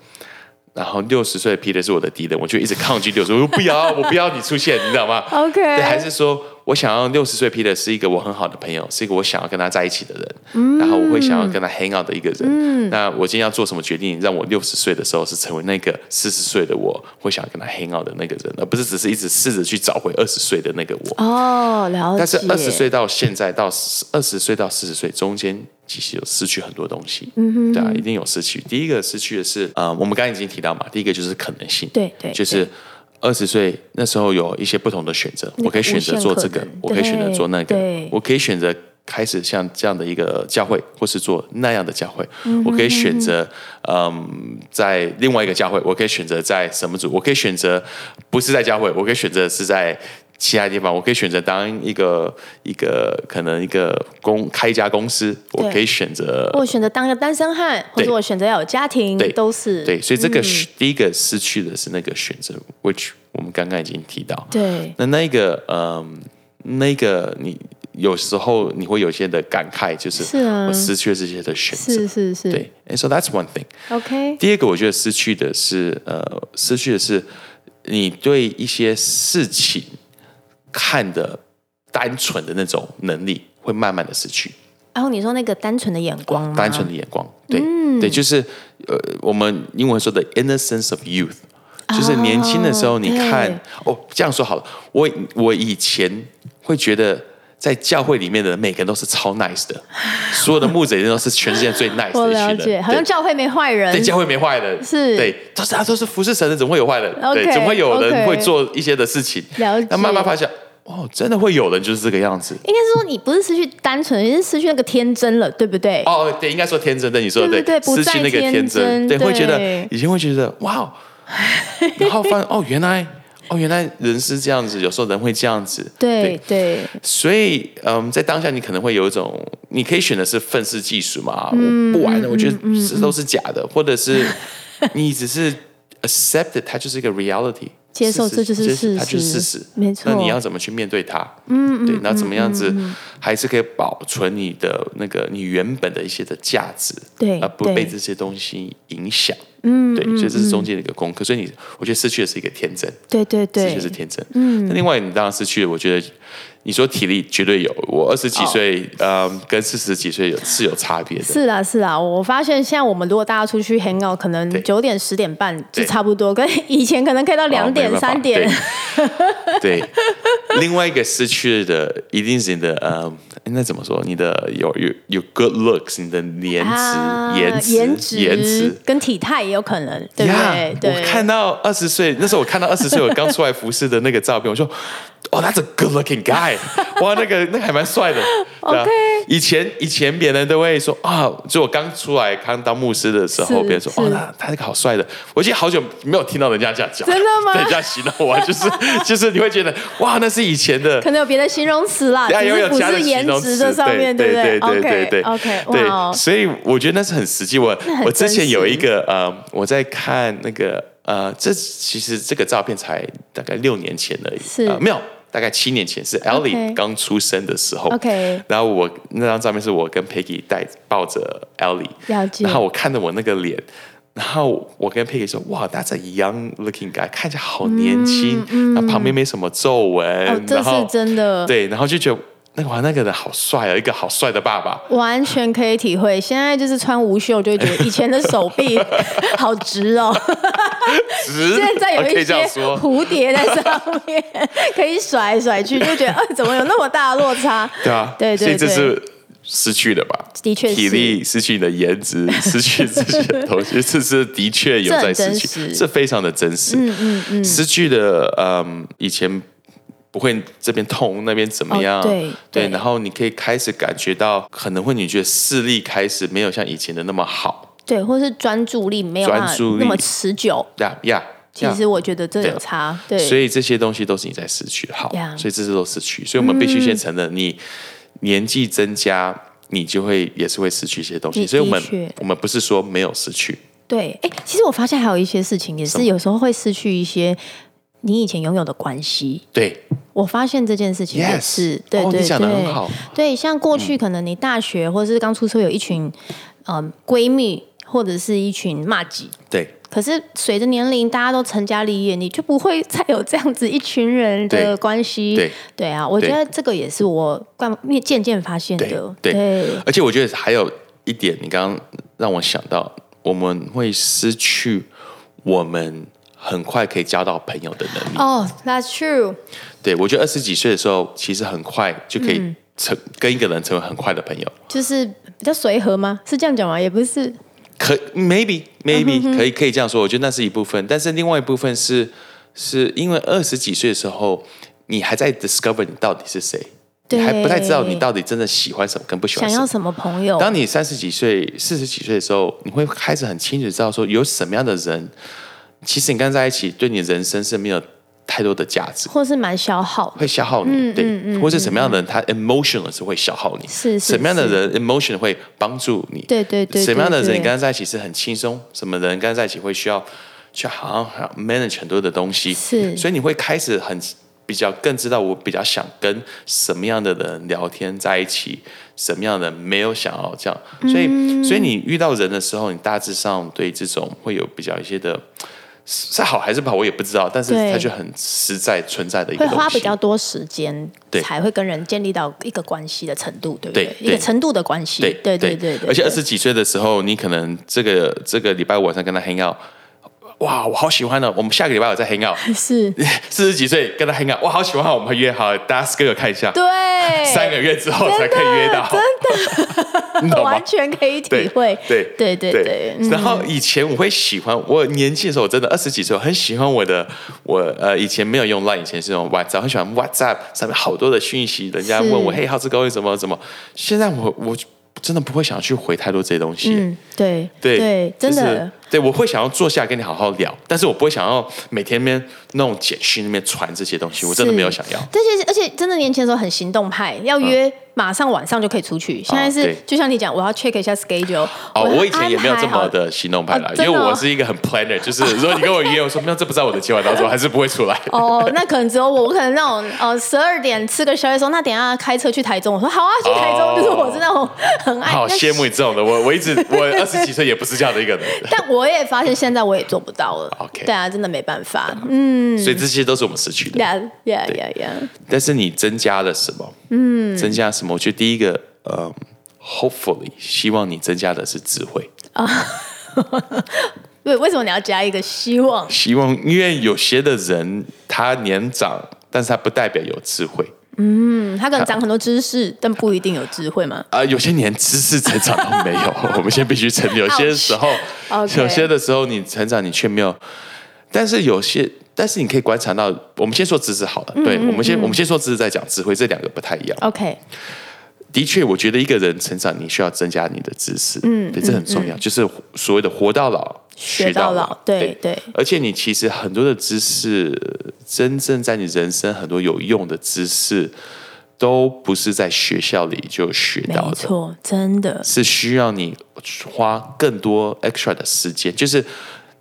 [SPEAKER 2] 然后六十岁的 Peter 是我的敌人，我就一直抗拒六十，我说不要，我不要你出现，你知道吗
[SPEAKER 1] OK
[SPEAKER 2] 对，还是说我想要六十岁 Peter 是一个我很好的朋友，是一个我想要跟他在一起的人，
[SPEAKER 1] 嗯
[SPEAKER 2] 然后我会想要跟他 hang out 的一个人。那我今天要做什么决定，让我六十岁的时候是成为那个四十岁的我会想要跟他 hang out 的那个人，而不是只是一直试着去找回二十岁的那个我。
[SPEAKER 1] 对哦，了解。
[SPEAKER 2] 但是二十岁到现在到二十岁到四十岁中间，其实有失去很多东西，嗯哼，对啊，一定有失去。第一个失去的是，呃，我们刚才已经提到嘛，第一个就是可能性，
[SPEAKER 1] 对对
[SPEAKER 2] 就是二十岁那时候有一些不同的选择，我可以选择做这个
[SPEAKER 1] 无限可能，
[SPEAKER 2] 我可以选择做那个
[SPEAKER 1] 对对，
[SPEAKER 2] 我可以选择。开始像这样的一个教会，或是做那样的教会，我可以选择，嗯，在另外一个教会，我可以选择在什么组，我可以选择不是在教会，我可以选择是在其他地方，我可以选择当一个一个可能一个公开一家公司，我
[SPEAKER 1] 对
[SPEAKER 2] 可以选择
[SPEAKER 1] 我选择当个单身汉，或者
[SPEAKER 2] 对
[SPEAKER 1] 我选择要有家庭
[SPEAKER 2] 对，
[SPEAKER 1] 都是嗯
[SPEAKER 2] 对，所以这个是、第一个失去的是那个选择，which 我们刚刚已经提到。
[SPEAKER 1] 对
[SPEAKER 2] 那那一个，嗯，那个你有时候你会有一些的感慨，就是
[SPEAKER 1] 是啊
[SPEAKER 2] 我失去了这些的选择。
[SPEAKER 1] 是是是
[SPEAKER 2] 对，and so that's one thing。
[SPEAKER 1] ，OK，
[SPEAKER 2] 第二个，我觉得失去的是，呃，失去的是你对一些事情看的单纯的那种能力会慢慢的失去。
[SPEAKER 1] 然后你说那个单纯的眼光吗，
[SPEAKER 2] 单纯的眼光，对、
[SPEAKER 1] 嗯
[SPEAKER 2] 对，就是呃，我们英文说的 innocence of youth，就是
[SPEAKER 1] 哦
[SPEAKER 2] 年轻的时候，你看哦这样说好了，我我以前会觉得。在教会里面的每个人都是超 nice 的，所有的牧者也都是全世界最 nice
[SPEAKER 1] 我
[SPEAKER 2] 的一群
[SPEAKER 1] 了
[SPEAKER 2] 人。
[SPEAKER 1] 解，好像
[SPEAKER 2] 对
[SPEAKER 1] 教会没坏人，
[SPEAKER 2] 对，教会没坏人，
[SPEAKER 1] 是
[SPEAKER 2] 对，都是他都是服侍神的，怎么会有坏人
[SPEAKER 1] OK，
[SPEAKER 2] 对，怎么会有
[SPEAKER 1] OK
[SPEAKER 2] 人会做一些的事情？
[SPEAKER 1] 了解
[SPEAKER 2] 那慢慢发现，哦，真的会有人就是这个样子。
[SPEAKER 1] 应该是说你不是失去单纯，你是失去那个天真了，对不对？
[SPEAKER 2] 哦，对，应该说天真，对你说的
[SPEAKER 1] 对对对
[SPEAKER 2] 失去那个
[SPEAKER 1] 不再天真
[SPEAKER 2] 真，对，会觉
[SPEAKER 1] 对
[SPEAKER 2] 得以前会觉得哇哦，然后发现哦，原来哦，原来人是这样子，有时候人会这样子，
[SPEAKER 1] 对对，
[SPEAKER 2] 所以，嗯，在当下你可能会有一种，你可以选的是愤世嫉俗嘛，
[SPEAKER 1] 嗯
[SPEAKER 2] 我不玩了，我觉得这都是假的，或者是 你只是 accept it，它就是一个 reality，
[SPEAKER 1] 接受
[SPEAKER 2] 事
[SPEAKER 1] 这就是
[SPEAKER 2] 接
[SPEAKER 1] 事实
[SPEAKER 2] 它就是事实，
[SPEAKER 1] 没错
[SPEAKER 2] 那你要怎么去面对它？嗯，对，那怎么样子
[SPEAKER 1] 嗯
[SPEAKER 2] 还是可以保存你的那个你原本的一些的价值，
[SPEAKER 1] 对
[SPEAKER 2] 而不
[SPEAKER 1] 对
[SPEAKER 2] 被这些东西影响。嗯，对，所以这是中间的一个功课，所以你我觉得失去的是一个天真。
[SPEAKER 1] 对对
[SPEAKER 2] 这
[SPEAKER 1] 对
[SPEAKER 2] 就是，天真。嗯，那另外你当然失去了，我觉得你说体力绝对有，我二十几岁，呃，跟四十几岁有是有差别的。
[SPEAKER 1] 哦是啦是啦。我发现现在我们如果大家出去 hang out，可能
[SPEAKER 2] 对
[SPEAKER 1] 九点十点半就
[SPEAKER 2] 对
[SPEAKER 1] 差不多，跟以前可能可以到两
[SPEAKER 2] 哦
[SPEAKER 1] 点
[SPEAKER 2] 没办法
[SPEAKER 1] 三点。
[SPEAKER 2] 对，对另外一个失去的一定是你的呃，那怎么说？你的有有有 good looks，你的颜值、
[SPEAKER 1] 啊
[SPEAKER 2] 颜值、
[SPEAKER 1] 颜值、
[SPEAKER 2] 颜值。
[SPEAKER 1] 跟体态也有可能，对不对
[SPEAKER 2] Yeah，
[SPEAKER 1] 对，
[SPEAKER 2] 我看到二十岁那时候，我看到二十岁我刚出来服饰的那个照片，我说， 哦、oh,，That's a good-looking guy，哇，那个那个还蛮帅的。对啊
[SPEAKER 1] OK
[SPEAKER 2] 以前以前别人都会说啊，就我刚出来刚当牧师的时
[SPEAKER 1] 是
[SPEAKER 2] 候，别人说
[SPEAKER 1] 是
[SPEAKER 2] 哦，那他那个好帅的。我已经好久没有听到人家这样讲，
[SPEAKER 1] 真的吗
[SPEAKER 2] 对人家形容我，就是就是你会觉得哇，那是以前的。
[SPEAKER 1] 可能有别的形容词啦，
[SPEAKER 2] 对啊
[SPEAKER 1] 只
[SPEAKER 2] 有
[SPEAKER 1] 是
[SPEAKER 2] 有
[SPEAKER 1] 不
[SPEAKER 2] 加
[SPEAKER 1] 是
[SPEAKER 2] 的
[SPEAKER 1] 颜
[SPEAKER 2] 形容
[SPEAKER 1] 值
[SPEAKER 2] 词，
[SPEAKER 1] 这上面，
[SPEAKER 2] 对
[SPEAKER 1] 不
[SPEAKER 2] 对对对对
[SPEAKER 1] o k OK，
[SPEAKER 2] 对
[SPEAKER 1] 哇哦，
[SPEAKER 2] 所以我觉得那是很实际。我
[SPEAKER 1] 那很
[SPEAKER 2] 我之
[SPEAKER 1] 真
[SPEAKER 2] 前
[SPEAKER 1] 实
[SPEAKER 2] 有一个呃，我在看那个呃，这其实这个照片才大概六年前而已，
[SPEAKER 1] 是
[SPEAKER 2] 呃、没有。大概七年前是
[SPEAKER 1] OK
[SPEAKER 2] Ellie 刚出生的时候
[SPEAKER 1] OK
[SPEAKER 2] 然后我那张照片是我跟 Peggy 带抱着 Ellie，
[SPEAKER 1] 了解
[SPEAKER 2] 然后我看着我那个脸，然后我跟 Peggy 说：“哇，That's a young looking guy，看起来好年轻，
[SPEAKER 1] 嗯
[SPEAKER 2] 那、旁边没什么皱纹，
[SPEAKER 1] 哦这
[SPEAKER 2] 然后
[SPEAKER 1] 是真的
[SPEAKER 2] 对，然后就觉得那个哇，那个人好帅啊，一个好帅的爸爸。
[SPEAKER 1] 完全可以体会，现在就是穿无袖就会觉得以前的手臂好直 哦，
[SPEAKER 2] 直
[SPEAKER 1] 现在有
[SPEAKER 2] 哦可
[SPEAKER 1] 一
[SPEAKER 2] 以这
[SPEAKER 1] 些
[SPEAKER 2] 样说，
[SPEAKER 1] 蝴蝶在上面，可以甩来甩去，就觉得啊、怎么有那么大的落差？
[SPEAKER 2] 对啊，
[SPEAKER 1] 对
[SPEAKER 2] 所
[SPEAKER 1] 对
[SPEAKER 2] 以这
[SPEAKER 1] 对，
[SPEAKER 2] 是失去的吧？
[SPEAKER 1] 的确是
[SPEAKER 2] 体力失去你的颜值，失去这些东西，这是的确有在失
[SPEAKER 1] 这很真
[SPEAKER 2] 去，
[SPEAKER 1] 实
[SPEAKER 2] 这非常的真实。嗯嗯嗯，失去的，嗯，以前。不会这边痛那边怎么样？
[SPEAKER 1] 哦对对
[SPEAKER 2] 然后你可以开始感觉到，可能会你觉得视力开始没有像以前的那么好，
[SPEAKER 1] 对，或是专注力没有办法
[SPEAKER 2] 专注力
[SPEAKER 1] 那么持久，
[SPEAKER 2] 呀呀，
[SPEAKER 1] 其实我觉得这有
[SPEAKER 2] 对
[SPEAKER 1] 差，对，
[SPEAKER 2] 所以这些东西都是你在失去的，好
[SPEAKER 1] Yeah
[SPEAKER 2] 所以这些都失去，所以我们必须先承认，你
[SPEAKER 1] 嗯
[SPEAKER 2] 年纪增加，你就会也是会失去一些东
[SPEAKER 1] 的
[SPEAKER 2] 西，所以我们
[SPEAKER 1] 的确
[SPEAKER 2] 我们不是说没有失去，
[SPEAKER 1] 对，哎，其实我发现还有一些事情也是有时候会失去一些你以前拥有的关系。
[SPEAKER 2] 对
[SPEAKER 1] 我发现这件事情也
[SPEAKER 2] Yes
[SPEAKER 1] 是对
[SPEAKER 2] 哦
[SPEAKER 1] 对
[SPEAKER 2] 你讲得很
[SPEAKER 1] 对
[SPEAKER 2] 好嗯
[SPEAKER 1] 对，像过去可能你大学或是刚出社会有一群嗯闺蜜或者是一群骂姐，
[SPEAKER 2] 对
[SPEAKER 1] 可是随着年龄大家都成家立业，你就不会再有这样子一群人的
[SPEAKER 2] 对
[SPEAKER 1] 关系。
[SPEAKER 2] 对
[SPEAKER 1] 啊，我觉
[SPEAKER 2] 对
[SPEAKER 1] 得这个也是我惯渐渐发现
[SPEAKER 2] 对
[SPEAKER 1] 的。
[SPEAKER 2] 对而且我觉得还有一点，你刚刚让我想到，我们会失去我们很快可以交到朋友的能力。
[SPEAKER 1] 哦、t h a t s true。
[SPEAKER 2] 对我觉得二十几岁的时候，其实很快就可
[SPEAKER 1] 嗯
[SPEAKER 2] 以成、跟一个人成为很快的朋友。
[SPEAKER 1] 就是比较随和吗？是这样讲吗？也不
[SPEAKER 2] 呃
[SPEAKER 1] 是，
[SPEAKER 2] 可 maybe
[SPEAKER 1] 嗯
[SPEAKER 2] maybe 可以可以这样说，我觉得那是一部分，但是另外一部分是是因为二十几岁的时候，你还在 discover 你到底是谁，你还不太知道你到底真的喜欢什么跟不喜
[SPEAKER 1] 想
[SPEAKER 2] 欢什
[SPEAKER 1] 要
[SPEAKER 2] 么。
[SPEAKER 1] 什么朋友？
[SPEAKER 2] 当你三十几岁、四十几岁的时候，你会开始很清楚地知道说有什么样的人，其实你跟他在一起，对你人生是没有太多的价值，
[SPEAKER 1] 或是蛮消耗的。
[SPEAKER 2] 会消耗你，
[SPEAKER 1] 嗯
[SPEAKER 2] 对，或是什么样的人他 emotional 是会消耗你，
[SPEAKER 1] 是是
[SPEAKER 2] 什么样的人 emotion 会帮助你，
[SPEAKER 1] 对对对对
[SPEAKER 2] 什么样的
[SPEAKER 1] 对
[SPEAKER 2] 人你跟他在一起是很轻松，什么人跟他在一起会需要去好好 manage 很多的东西，
[SPEAKER 1] 是
[SPEAKER 2] 所以你会开始很比较更知道我比较想跟什么样的人聊天在一起，什么样的人没有想要这样，
[SPEAKER 1] 嗯
[SPEAKER 2] 所以、所以你遇到人的时候，你大致上对这种会有比较一些的。是是好还是不好，我也不知道，但是
[SPEAKER 1] 对
[SPEAKER 2] 它就很实在存在的一个
[SPEAKER 1] 会
[SPEAKER 2] 东西。
[SPEAKER 1] 花比较多时间，
[SPEAKER 2] 对
[SPEAKER 1] 才会跟人建立到一个关系的程度，对不
[SPEAKER 2] 对
[SPEAKER 1] 一
[SPEAKER 2] 对
[SPEAKER 1] 个程度的关系，
[SPEAKER 2] 对
[SPEAKER 1] 对
[SPEAKER 2] 对
[SPEAKER 1] 对对，对
[SPEAKER 2] 而且二十几岁的时候，你可能这个这个礼拜五晚上跟他 hang out，哇，我好喜欢哦，我们下个礼拜我再 hang out。
[SPEAKER 1] 是，
[SPEAKER 2] 四十几岁跟他 hang out，哇，好喜欢哦，我们约好，大家 schedule 看一下，
[SPEAKER 1] 对，
[SPEAKER 2] 三个月之后才
[SPEAKER 1] 真的
[SPEAKER 2] 可以约到，
[SPEAKER 1] 真
[SPEAKER 2] 你
[SPEAKER 1] 的
[SPEAKER 2] 懂吗
[SPEAKER 1] 完？全可以体会，
[SPEAKER 2] 对
[SPEAKER 1] 对对对，嗯
[SPEAKER 2] 然后以前我会喜欢，我年轻的时候我真的二十几岁，我很喜欢我的我呃以前没有用 Line，以前是用 WhatsApp，很喜欢 WhatsApp 上面好多的讯息，人家问我
[SPEAKER 1] 是
[SPEAKER 2] 嘿，好志哥怎么怎么？现在我我真的不会想去回太多这些东西。
[SPEAKER 1] 嗯，对
[SPEAKER 2] 对
[SPEAKER 1] 对，真
[SPEAKER 2] 就是
[SPEAKER 1] 的，
[SPEAKER 2] 对我会想要坐下跟你好好聊，但是我不会想要每天面那种简讯那边传这些东西，我真的
[SPEAKER 1] 是
[SPEAKER 2] 没有想要。
[SPEAKER 1] 这些而且真的年轻的时候很行动派，要约、马上晚上就可以出去。现在是、
[SPEAKER 2] 嗯哦对
[SPEAKER 1] 就像你讲，我要 check 一下 schedule 要
[SPEAKER 2] 哦，我以前也没有这
[SPEAKER 1] 安排
[SPEAKER 2] 么
[SPEAKER 1] 好
[SPEAKER 2] 的 行动派啦，
[SPEAKER 1] 哦
[SPEAKER 2] 因
[SPEAKER 1] 真
[SPEAKER 2] 为
[SPEAKER 1] 的哦
[SPEAKER 2] 我是一个很 planner，就是如果你跟我约，我说没有，这不在我的计划当中，还是不会出来。
[SPEAKER 1] 哦，那可能只有我，我可能那种呃十二点吃个宵夜说，那等一下开车去台中，我说好啊，去台中，
[SPEAKER 2] 哦
[SPEAKER 1] 就是我是哎那种很爱。
[SPEAKER 2] 好
[SPEAKER 1] 但
[SPEAKER 2] 羡慕你这种的，我我一直我二十几岁也不是这样的一个人，
[SPEAKER 1] 但我也发现现在我也做不到了。
[SPEAKER 2] OK
[SPEAKER 1] 对啊，真的没办法。嗯
[SPEAKER 2] 所以这些都是我们失去的。
[SPEAKER 1] Yeah, yeah, yeah, yeah。
[SPEAKER 2] 但是你增加了什么？嗯，增加什么？我觉得第一个，嗯，hopefully，希望你增加的是智慧，
[SPEAKER 1] 对， 为什么你要加一个希望？
[SPEAKER 2] 希望因为有些的人他年长，但是他不代表有智慧
[SPEAKER 1] 嗯，他可能长很多知识，但不一定有智慧嘛。
[SPEAKER 2] 啊、有些连知识成长都没有， 我们先必须承认，有些时候
[SPEAKER 1] OK
[SPEAKER 2] 有些的时候你成长你却没有，但是有些。但是你可以观察到，我们先说知识好了，
[SPEAKER 1] 嗯
[SPEAKER 2] 对，我们先我们先说知识，再讲智慧，这两个不太一样。
[SPEAKER 1] OK，
[SPEAKER 2] 的确，我觉得一个人成长，你需要增加你的知识，嗯，对，这很重要，就是所谓的活到老。
[SPEAKER 1] 学
[SPEAKER 2] 学
[SPEAKER 1] 到老对对
[SPEAKER 2] 而且你其实很多的知识，真正在你人生很多有用的知识，都不是在学校里就学到
[SPEAKER 1] 没
[SPEAKER 2] 的，
[SPEAKER 1] 错，真的
[SPEAKER 2] 是需要你花更多 extra 的时间，就是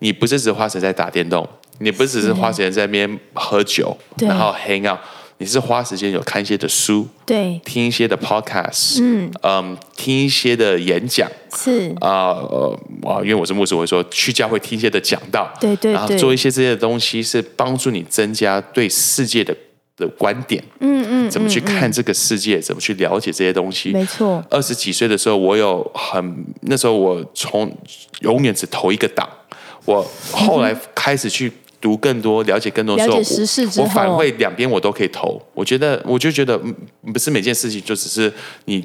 [SPEAKER 2] 你不是只花时间在打电动，你不是只是花时间在那边喝酒，
[SPEAKER 1] 对
[SPEAKER 2] 然后 hang out，你是花时间有看一些的书，
[SPEAKER 1] 对，
[SPEAKER 2] 听一些的 podcast，嗯听一些的演讲
[SPEAKER 1] 是
[SPEAKER 2] 啊，呃，哇，因为我是牧师，我会说去教会听一些的讲道，
[SPEAKER 1] 对对
[SPEAKER 2] 然后
[SPEAKER 1] 对
[SPEAKER 2] 做一些这些的东西，是帮助你增加对世界的的观点，嗯嗯，怎么去看这个世界，怎么去了解这些东西，
[SPEAKER 1] 没错
[SPEAKER 2] 二十几岁的时候，我有很那时候我从永远只投一个党，我后来开始去读更多、了解更多的时候，
[SPEAKER 1] 了解时事之
[SPEAKER 2] 我
[SPEAKER 1] 后
[SPEAKER 2] 我反会两边我都可以投。我觉得我就觉得嗯不是每件事情就只是你。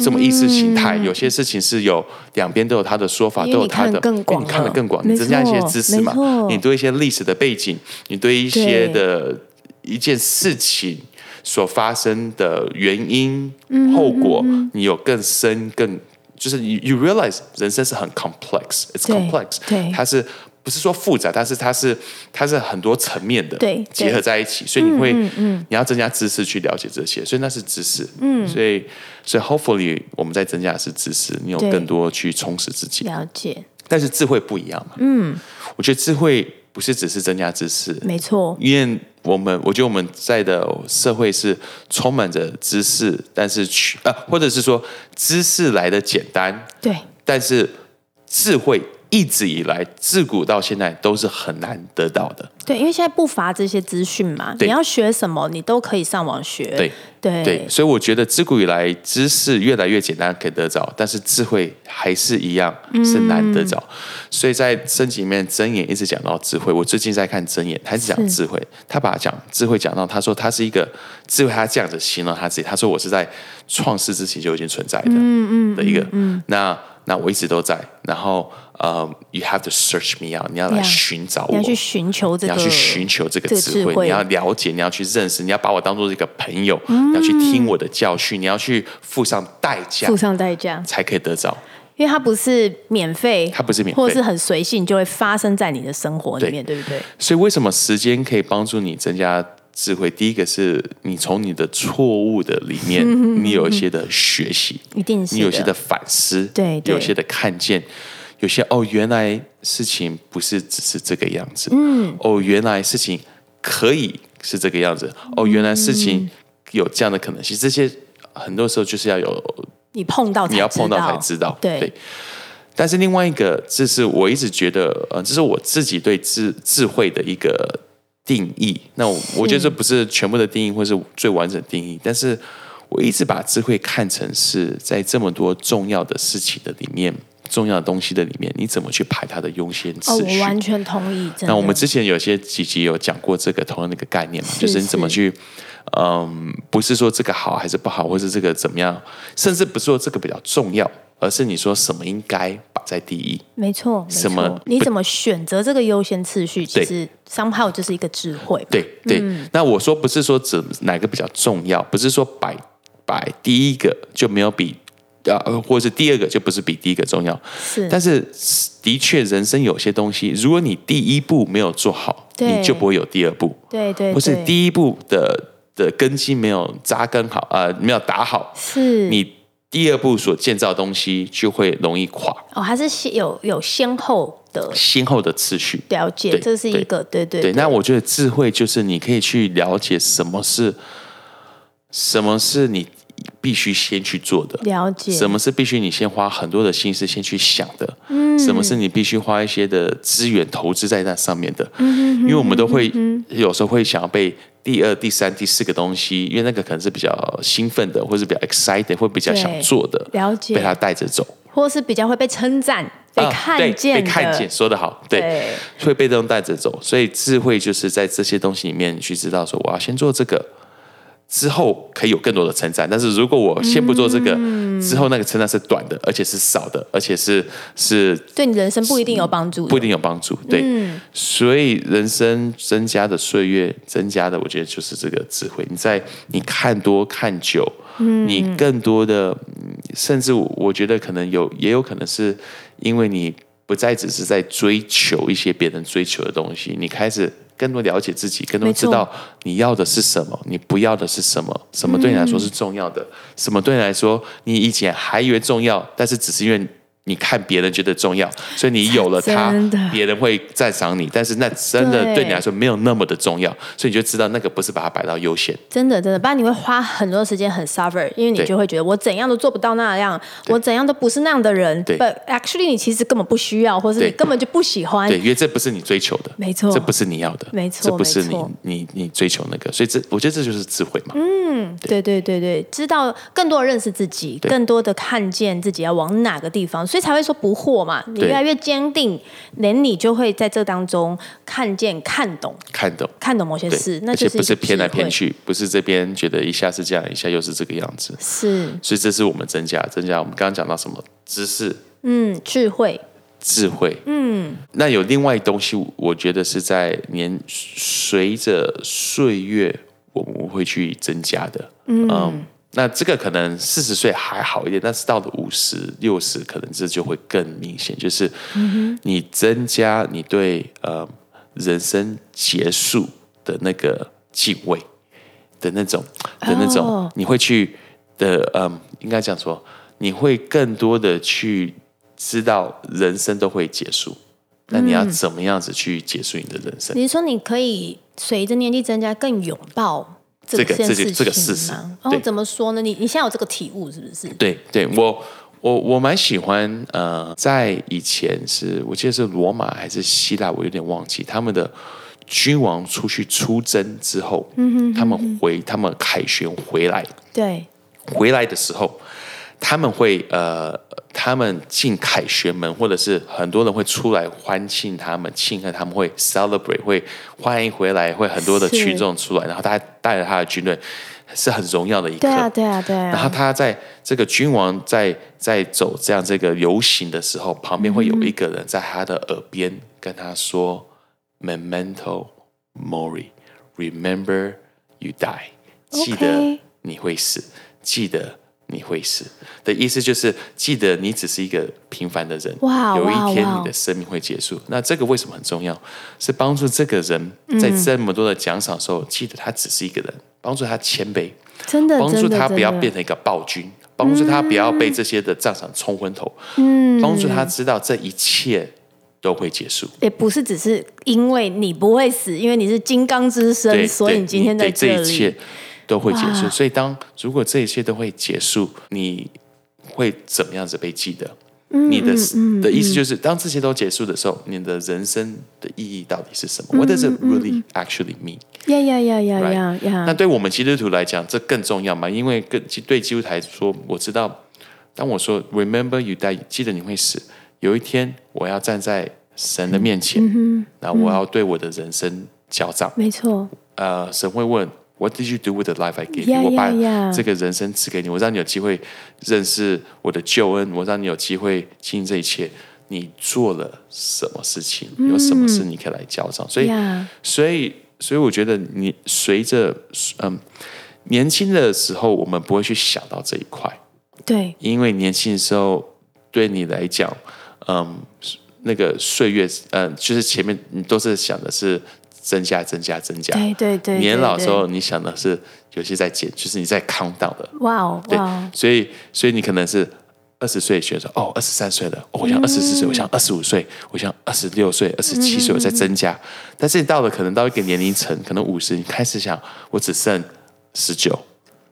[SPEAKER 2] 这么意识形态，有些事情是有两边都有他的说法，
[SPEAKER 1] 嗯
[SPEAKER 2] 都
[SPEAKER 1] 因为
[SPEAKER 2] 有
[SPEAKER 1] 你
[SPEAKER 2] 他
[SPEAKER 1] 看得
[SPEAKER 2] 的，
[SPEAKER 1] 更
[SPEAKER 2] 因为
[SPEAKER 1] 广
[SPEAKER 2] 你看得
[SPEAKER 1] 了
[SPEAKER 2] 更广，
[SPEAKER 1] 没
[SPEAKER 2] 你增加一些
[SPEAKER 1] 错
[SPEAKER 2] 知识嘛
[SPEAKER 1] 没，错
[SPEAKER 2] 你对一些历史的背景，你对一些
[SPEAKER 1] 对
[SPEAKER 2] 的一件事情所发生的原因、
[SPEAKER 1] 嗯
[SPEAKER 2] 后果，你有更深、更就是 you you realize 人生是很 complex，it's
[SPEAKER 1] 对
[SPEAKER 2] complex，
[SPEAKER 1] 对
[SPEAKER 2] 它是不是说复杂，但是它是它是很多层面的
[SPEAKER 1] 对
[SPEAKER 2] 结合在一起，所以你会你要增加知识去了解这些，所以那是知识，嗯，所以所以 hopefully 我们在增加的是知识，你有
[SPEAKER 1] 对
[SPEAKER 2] 更多去充实自己，
[SPEAKER 1] 了解，
[SPEAKER 2] 但是智慧不一样嘛，嗯，我觉得智慧不是只是增加知识，
[SPEAKER 1] 没错，
[SPEAKER 2] 因为我们我觉得我们在的社会是充满着知识，但是去呃，或者是说知识来的简单，
[SPEAKER 1] 对，
[SPEAKER 2] 但是智慧一直以来自古到现在都是很难得到的。
[SPEAKER 1] 对，因为现在不乏这些资讯嘛，
[SPEAKER 2] 对
[SPEAKER 1] 你要学什么，你都可以上网学。
[SPEAKER 2] 对
[SPEAKER 1] 对
[SPEAKER 2] 对，所以我觉得自古以来知识越来越简单可以得着，但是智慧还是一样是难得着。所以在圣经里面，箴言一直讲到智慧。我最近在看箴言，他一直讲智慧，他把讲智慧讲到，他说他是一个智慧，他这样子形容他自己，他说我是在创世之前就已经存在的，嗯嗯的一个，那那我一直都在，然后呃、y o u have to search me out，你要来
[SPEAKER 1] Yeah
[SPEAKER 2] 寻找我，
[SPEAKER 1] 你要去寻求这
[SPEAKER 2] 你
[SPEAKER 1] 个，
[SPEAKER 2] 要去寻求这个
[SPEAKER 1] 这个
[SPEAKER 2] 智慧，
[SPEAKER 1] 智慧
[SPEAKER 2] 你要了解，你要去认识，你要把我当做一个朋友，
[SPEAKER 1] 嗯
[SPEAKER 2] 你要去听我的教训，你要去付上代价
[SPEAKER 1] 付上代价，
[SPEAKER 2] 才可以得着。
[SPEAKER 1] 因为它不是免费，
[SPEAKER 2] 它不是免费
[SPEAKER 1] 或者是很随性就会发生在你的生活里面，对不对？
[SPEAKER 2] 所以为什么时间可以帮助你增加智慧？第一个是你从你的错误的里面， 你有一些的学习，
[SPEAKER 1] 一定是
[SPEAKER 2] 你有些的反思，
[SPEAKER 1] 对对
[SPEAKER 2] 有些的看见，有些哦，原来事情不是只是这个样子，嗯，哦，原来事情可以是这个样子，哦，原来事
[SPEAKER 1] 嗯
[SPEAKER 2] 情有这样的可能性，这些很多时候就是要有
[SPEAKER 1] 你碰到才
[SPEAKER 2] 你要碰到
[SPEAKER 1] 知道
[SPEAKER 2] 才知道，
[SPEAKER 1] 对
[SPEAKER 2] 但是另外一个，呃这是我一直觉得，呃，这是我自己对智智慧的一个定义。那我我觉得这不是全部的定义，或是最完整的定义，但是我一直把智慧看成是在这么多重要的事情的里面，重要的东西的里面，你怎么去排它的优先
[SPEAKER 1] 哦，
[SPEAKER 2] 次
[SPEAKER 1] 我
[SPEAKER 2] 序？
[SPEAKER 1] 完全同意，真的。
[SPEAKER 2] 那我们之前有些几集有讲过这个同样的一个概念嘛，
[SPEAKER 1] 是
[SPEAKER 2] 就是你怎么
[SPEAKER 1] 是
[SPEAKER 2] 去，嗯，不是说这个好还是不好，或是这个怎么样，甚至不是说这个比较重要，而是你说什么应该摆在第一。
[SPEAKER 1] 没错，没
[SPEAKER 2] 什么
[SPEAKER 1] 错，你怎么选择这个优先次序，其
[SPEAKER 2] 对
[SPEAKER 1] 实 somehow 就是一个智慧。
[SPEAKER 2] 对对，
[SPEAKER 1] 嗯
[SPEAKER 2] 那我说不是说怎哪个比较重要，不是说摆摆第一个就没有比。呃，或是第二个就不是比第一个重要，
[SPEAKER 1] 是，
[SPEAKER 2] 但是的确，人生有些东西，如果你第一步没有做好，
[SPEAKER 1] 对
[SPEAKER 2] 你就不会有第二步。
[SPEAKER 1] 对对，
[SPEAKER 2] 或是
[SPEAKER 1] 对
[SPEAKER 2] 第一步的的根基没有扎根好，呃，没有打好，
[SPEAKER 1] 是
[SPEAKER 2] 你第二步所建造的东西就会容易垮。
[SPEAKER 1] 哦，它是先有有先后的
[SPEAKER 2] 先后的次序，
[SPEAKER 1] 了解，
[SPEAKER 2] 对
[SPEAKER 1] 这是一个对对
[SPEAKER 2] 对，那我觉得智慧就是你可以去了解什么是什么是你必须先去做的，
[SPEAKER 1] 了解，
[SPEAKER 2] 什么是必须你先花很多的心思先去想的？嗯，什么是你必须花一些的资源投资在那上面的？嗯，因为我们都会有时候会想要被第二、第三、第四个东西，因为那个可能是比较兴奋的，或是比较 excited，或比较想
[SPEAKER 1] 对
[SPEAKER 2] 做的，
[SPEAKER 1] 了
[SPEAKER 2] 被他
[SPEAKER 1] 解，
[SPEAKER 2] 带着走，
[SPEAKER 1] 或是比较会被称赞、被
[SPEAKER 2] 啊对
[SPEAKER 1] 看见的、
[SPEAKER 2] 被看见，说得好，对，
[SPEAKER 1] 对
[SPEAKER 2] 会被动带着走。所以智慧就是在这些东西里面你去知道说，我要先做这个。之后可以有更多的称赞，但是如果我先不做这个，
[SPEAKER 1] 嗯
[SPEAKER 2] 之后那个称赞是短的，而且是少的，而且是是
[SPEAKER 1] 对你人生不一定有帮助的。
[SPEAKER 2] 不一定有帮助。
[SPEAKER 1] 嗯
[SPEAKER 2] 对，所以人生增加的岁月，增加的我觉得就是这个智慧。你在你看多看久，
[SPEAKER 1] 嗯
[SPEAKER 2] 你更多的，嗯甚至我我觉得可能有，也有可能是因为你不再只是在追求一些别人追求的东西，你开始。更多了解自己，更多
[SPEAKER 1] 没错
[SPEAKER 2] 知道你要的是什么，你不要的是什么，什么对你来说是重要
[SPEAKER 1] 嗯
[SPEAKER 2] 的，什么对你来说你以前还以为重要，但是只是因为你看别人觉得重要，所以你有了它
[SPEAKER 1] 真的，
[SPEAKER 2] 别人会赞赏你，但是那真的
[SPEAKER 1] 对
[SPEAKER 2] 对你来说没有那么的重要，所以你就知道那个不是把它摆到优先。
[SPEAKER 1] 真的真的，不然你会花很多时间很 suffer，因为你
[SPEAKER 2] 对
[SPEAKER 1] 就会觉得我怎样都做不到那样，我怎样都不是那样的人。
[SPEAKER 2] 对
[SPEAKER 1] But actually 你其实根本不需要，或是你
[SPEAKER 2] 对
[SPEAKER 1] 根本就不喜欢。
[SPEAKER 2] 对，因为这不是你追求的，
[SPEAKER 1] 哎没错
[SPEAKER 2] 这不是你要的，
[SPEAKER 1] 没错
[SPEAKER 2] 这不是
[SPEAKER 1] 没
[SPEAKER 2] 你
[SPEAKER 1] 错嗯
[SPEAKER 2] 你你追求那个，所以这我觉得这就是智慧嘛。
[SPEAKER 1] 对对对对，知道更多的认识自己，
[SPEAKER 2] 对
[SPEAKER 1] 更多的看见自己要往哪个地方，所以才会说不惑嘛。你
[SPEAKER 2] 对
[SPEAKER 1] 越来越坚定，连你就会在这当中看见、看懂、
[SPEAKER 2] 看懂，
[SPEAKER 1] 看懂某些
[SPEAKER 2] 对
[SPEAKER 1] 事，，那
[SPEAKER 2] 而
[SPEAKER 1] 就
[SPEAKER 2] 且
[SPEAKER 1] 是
[SPEAKER 2] 不是
[SPEAKER 1] 一个
[SPEAKER 2] 偏来
[SPEAKER 1] 智慧
[SPEAKER 2] 偏，去，不是这边觉得一下是这样，一下又是这个样子，
[SPEAKER 1] 是
[SPEAKER 2] 所以这是我们增加增加我们刚刚讲到什么知识、
[SPEAKER 1] 嗯智慧
[SPEAKER 2] 智慧，嗯，那有另外东西，我觉得是在年随着岁月我们会去增加的，嗯。那这个可能四十岁还好一点，但是到了五十、六十，可能这就会更明显，就是你增加你对呃人生结束的那个敬畏的那种的那种，
[SPEAKER 1] 哦
[SPEAKER 2] 你会去的，嗯，应该这样说，你会更多的去知道人生都会结束，那你要怎么样子去结束你的人生？
[SPEAKER 1] 你是说你可以随着年纪增加更拥抱这
[SPEAKER 2] 这个
[SPEAKER 1] 件
[SPEAKER 2] 这
[SPEAKER 1] 事情
[SPEAKER 2] 个
[SPEAKER 1] 吗？
[SPEAKER 2] 这个事实对
[SPEAKER 1] 哦，怎么说呢？你你现在有这个体悟是不是？
[SPEAKER 2] 对对，我我我蛮喜欢呃，在以前是我记得是罗马还是希腊，我有点忘记他们的。君王出去出征之后，他们回他们凯旋回来，
[SPEAKER 1] 对，
[SPEAKER 2] 回来的时候，他们会呃，他们进凯旋门，或者是很多人会出来欢庆他们，庆贺他们会 celebrate，会欢迎回来，会很多的
[SPEAKER 1] 是
[SPEAKER 2] 群众出来，然后他带着他的军队，是很荣耀的一刻。
[SPEAKER 1] 对啊，对啊，对
[SPEAKER 2] 然后
[SPEAKER 1] 啊，
[SPEAKER 2] 他在这个君王在在走这样这个游行的时候，旁边会有
[SPEAKER 1] 嗯
[SPEAKER 2] 一个人在他的耳边跟他说、m e m e n t o mori，remember you die，记得
[SPEAKER 1] OK
[SPEAKER 2] 你会死记得你会死”的意思就是记得你只是一个平凡的人，
[SPEAKER 1] 哇
[SPEAKER 2] 有
[SPEAKER 1] 哇
[SPEAKER 2] 一天
[SPEAKER 1] 哇
[SPEAKER 2] 你的生命会结束。那这个为什么很重要？是帮助这个人
[SPEAKER 1] 嗯
[SPEAKER 2] 在这么多的奖赏的时候，记得他只是一个人，帮助他谦卑。
[SPEAKER 1] 真的，
[SPEAKER 2] 帮
[SPEAKER 1] 真
[SPEAKER 2] 助
[SPEAKER 1] 的
[SPEAKER 2] 他不要
[SPEAKER 1] 真的
[SPEAKER 2] 变成一个暴君，帮助他不要被这些的战场冲昏头，
[SPEAKER 1] 嗯
[SPEAKER 2] 帮助他知道这一切都会结束。
[SPEAKER 1] 也不是只是因为你不会死，因为你是金刚之身，
[SPEAKER 2] 对，
[SPEAKER 1] 所以
[SPEAKER 2] 对
[SPEAKER 1] 你今天在
[SPEAKER 2] 对这
[SPEAKER 1] 这
[SPEAKER 2] 一
[SPEAKER 1] 里
[SPEAKER 2] 切。都会结束。
[SPEAKER 1] 哇
[SPEAKER 2] 所以当如果这一切都会结束，你会怎么样子被记得？
[SPEAKER 1] 嗯
[SPEAKER 2] 你的、的意思就是，当这些都结束的时候，你的人生的意义到底是什么、w
[SPEAKER 1] 嗯
[SPEAKER 2] h a t does it really actually mean？、
[SPEAKER 1] 呀呀呀呀
[SPEAKER 2] Right
[SPEAKER 1] 呀
[SPEAKER 2] 那
[SPEAKER 1] 呀！
[SPEAKER 2] 对我们基督徒来讲，这更重要嘛？因为跟对基督徒来说，我知道，当我说 “Remember you die”，记得你会死，有一天我要站在神的面前，那、我要对我的人生交账。
[SPEAKER 1] 没错，
[SPEAKER 2] 呃，神会问 What did you do with the life I gave you？、
[SPEAKER 1] Yeah,
[SPEAKER 2] 我把
[SPEAKER 1] yeah, yeah.
[SPEAKER 2] 这个人生赐给你，我让你有机会认识我的救恩，我让你有机会经历这一切。你做了什么事情？有什么事你可以来交账？所以
[SPEAKER 1] Yeah.
[SPEAKER 2] 所以，所以我觉得你随着嗯年轻的时候，我们不会去想到这一块，
[SPEAKER 1] 对，
[SPEAKER 2] 因为年轻的时候对你来讲，嗯，那个岁月，嗯，就是前面你都是想的是增加、增加、增加。
[SPEAKER 1] 对对对，
[SPEAKER 2] 年老
[SPEAKER 1] 对
[SPEAKER 2] 时，候，你想的是有些在减，就是你在 count down 的，
[SPEAKER 1] 对哇哦
[SPEAKER 2] 对
[SPEAKER 1] 哇哦，
[SPEAKER 2] 所以所以你可能是二十岁学说，哦，二十三岁了，哦我想二十四岁，我
[SPEAKER 1] 嗯
[SPEAKER 2] 想二十五岁，我想二十六岁、二十七岁，我在增加。但是你到了可能到一个年龄层，可能五十，你开始想，我只剩十九，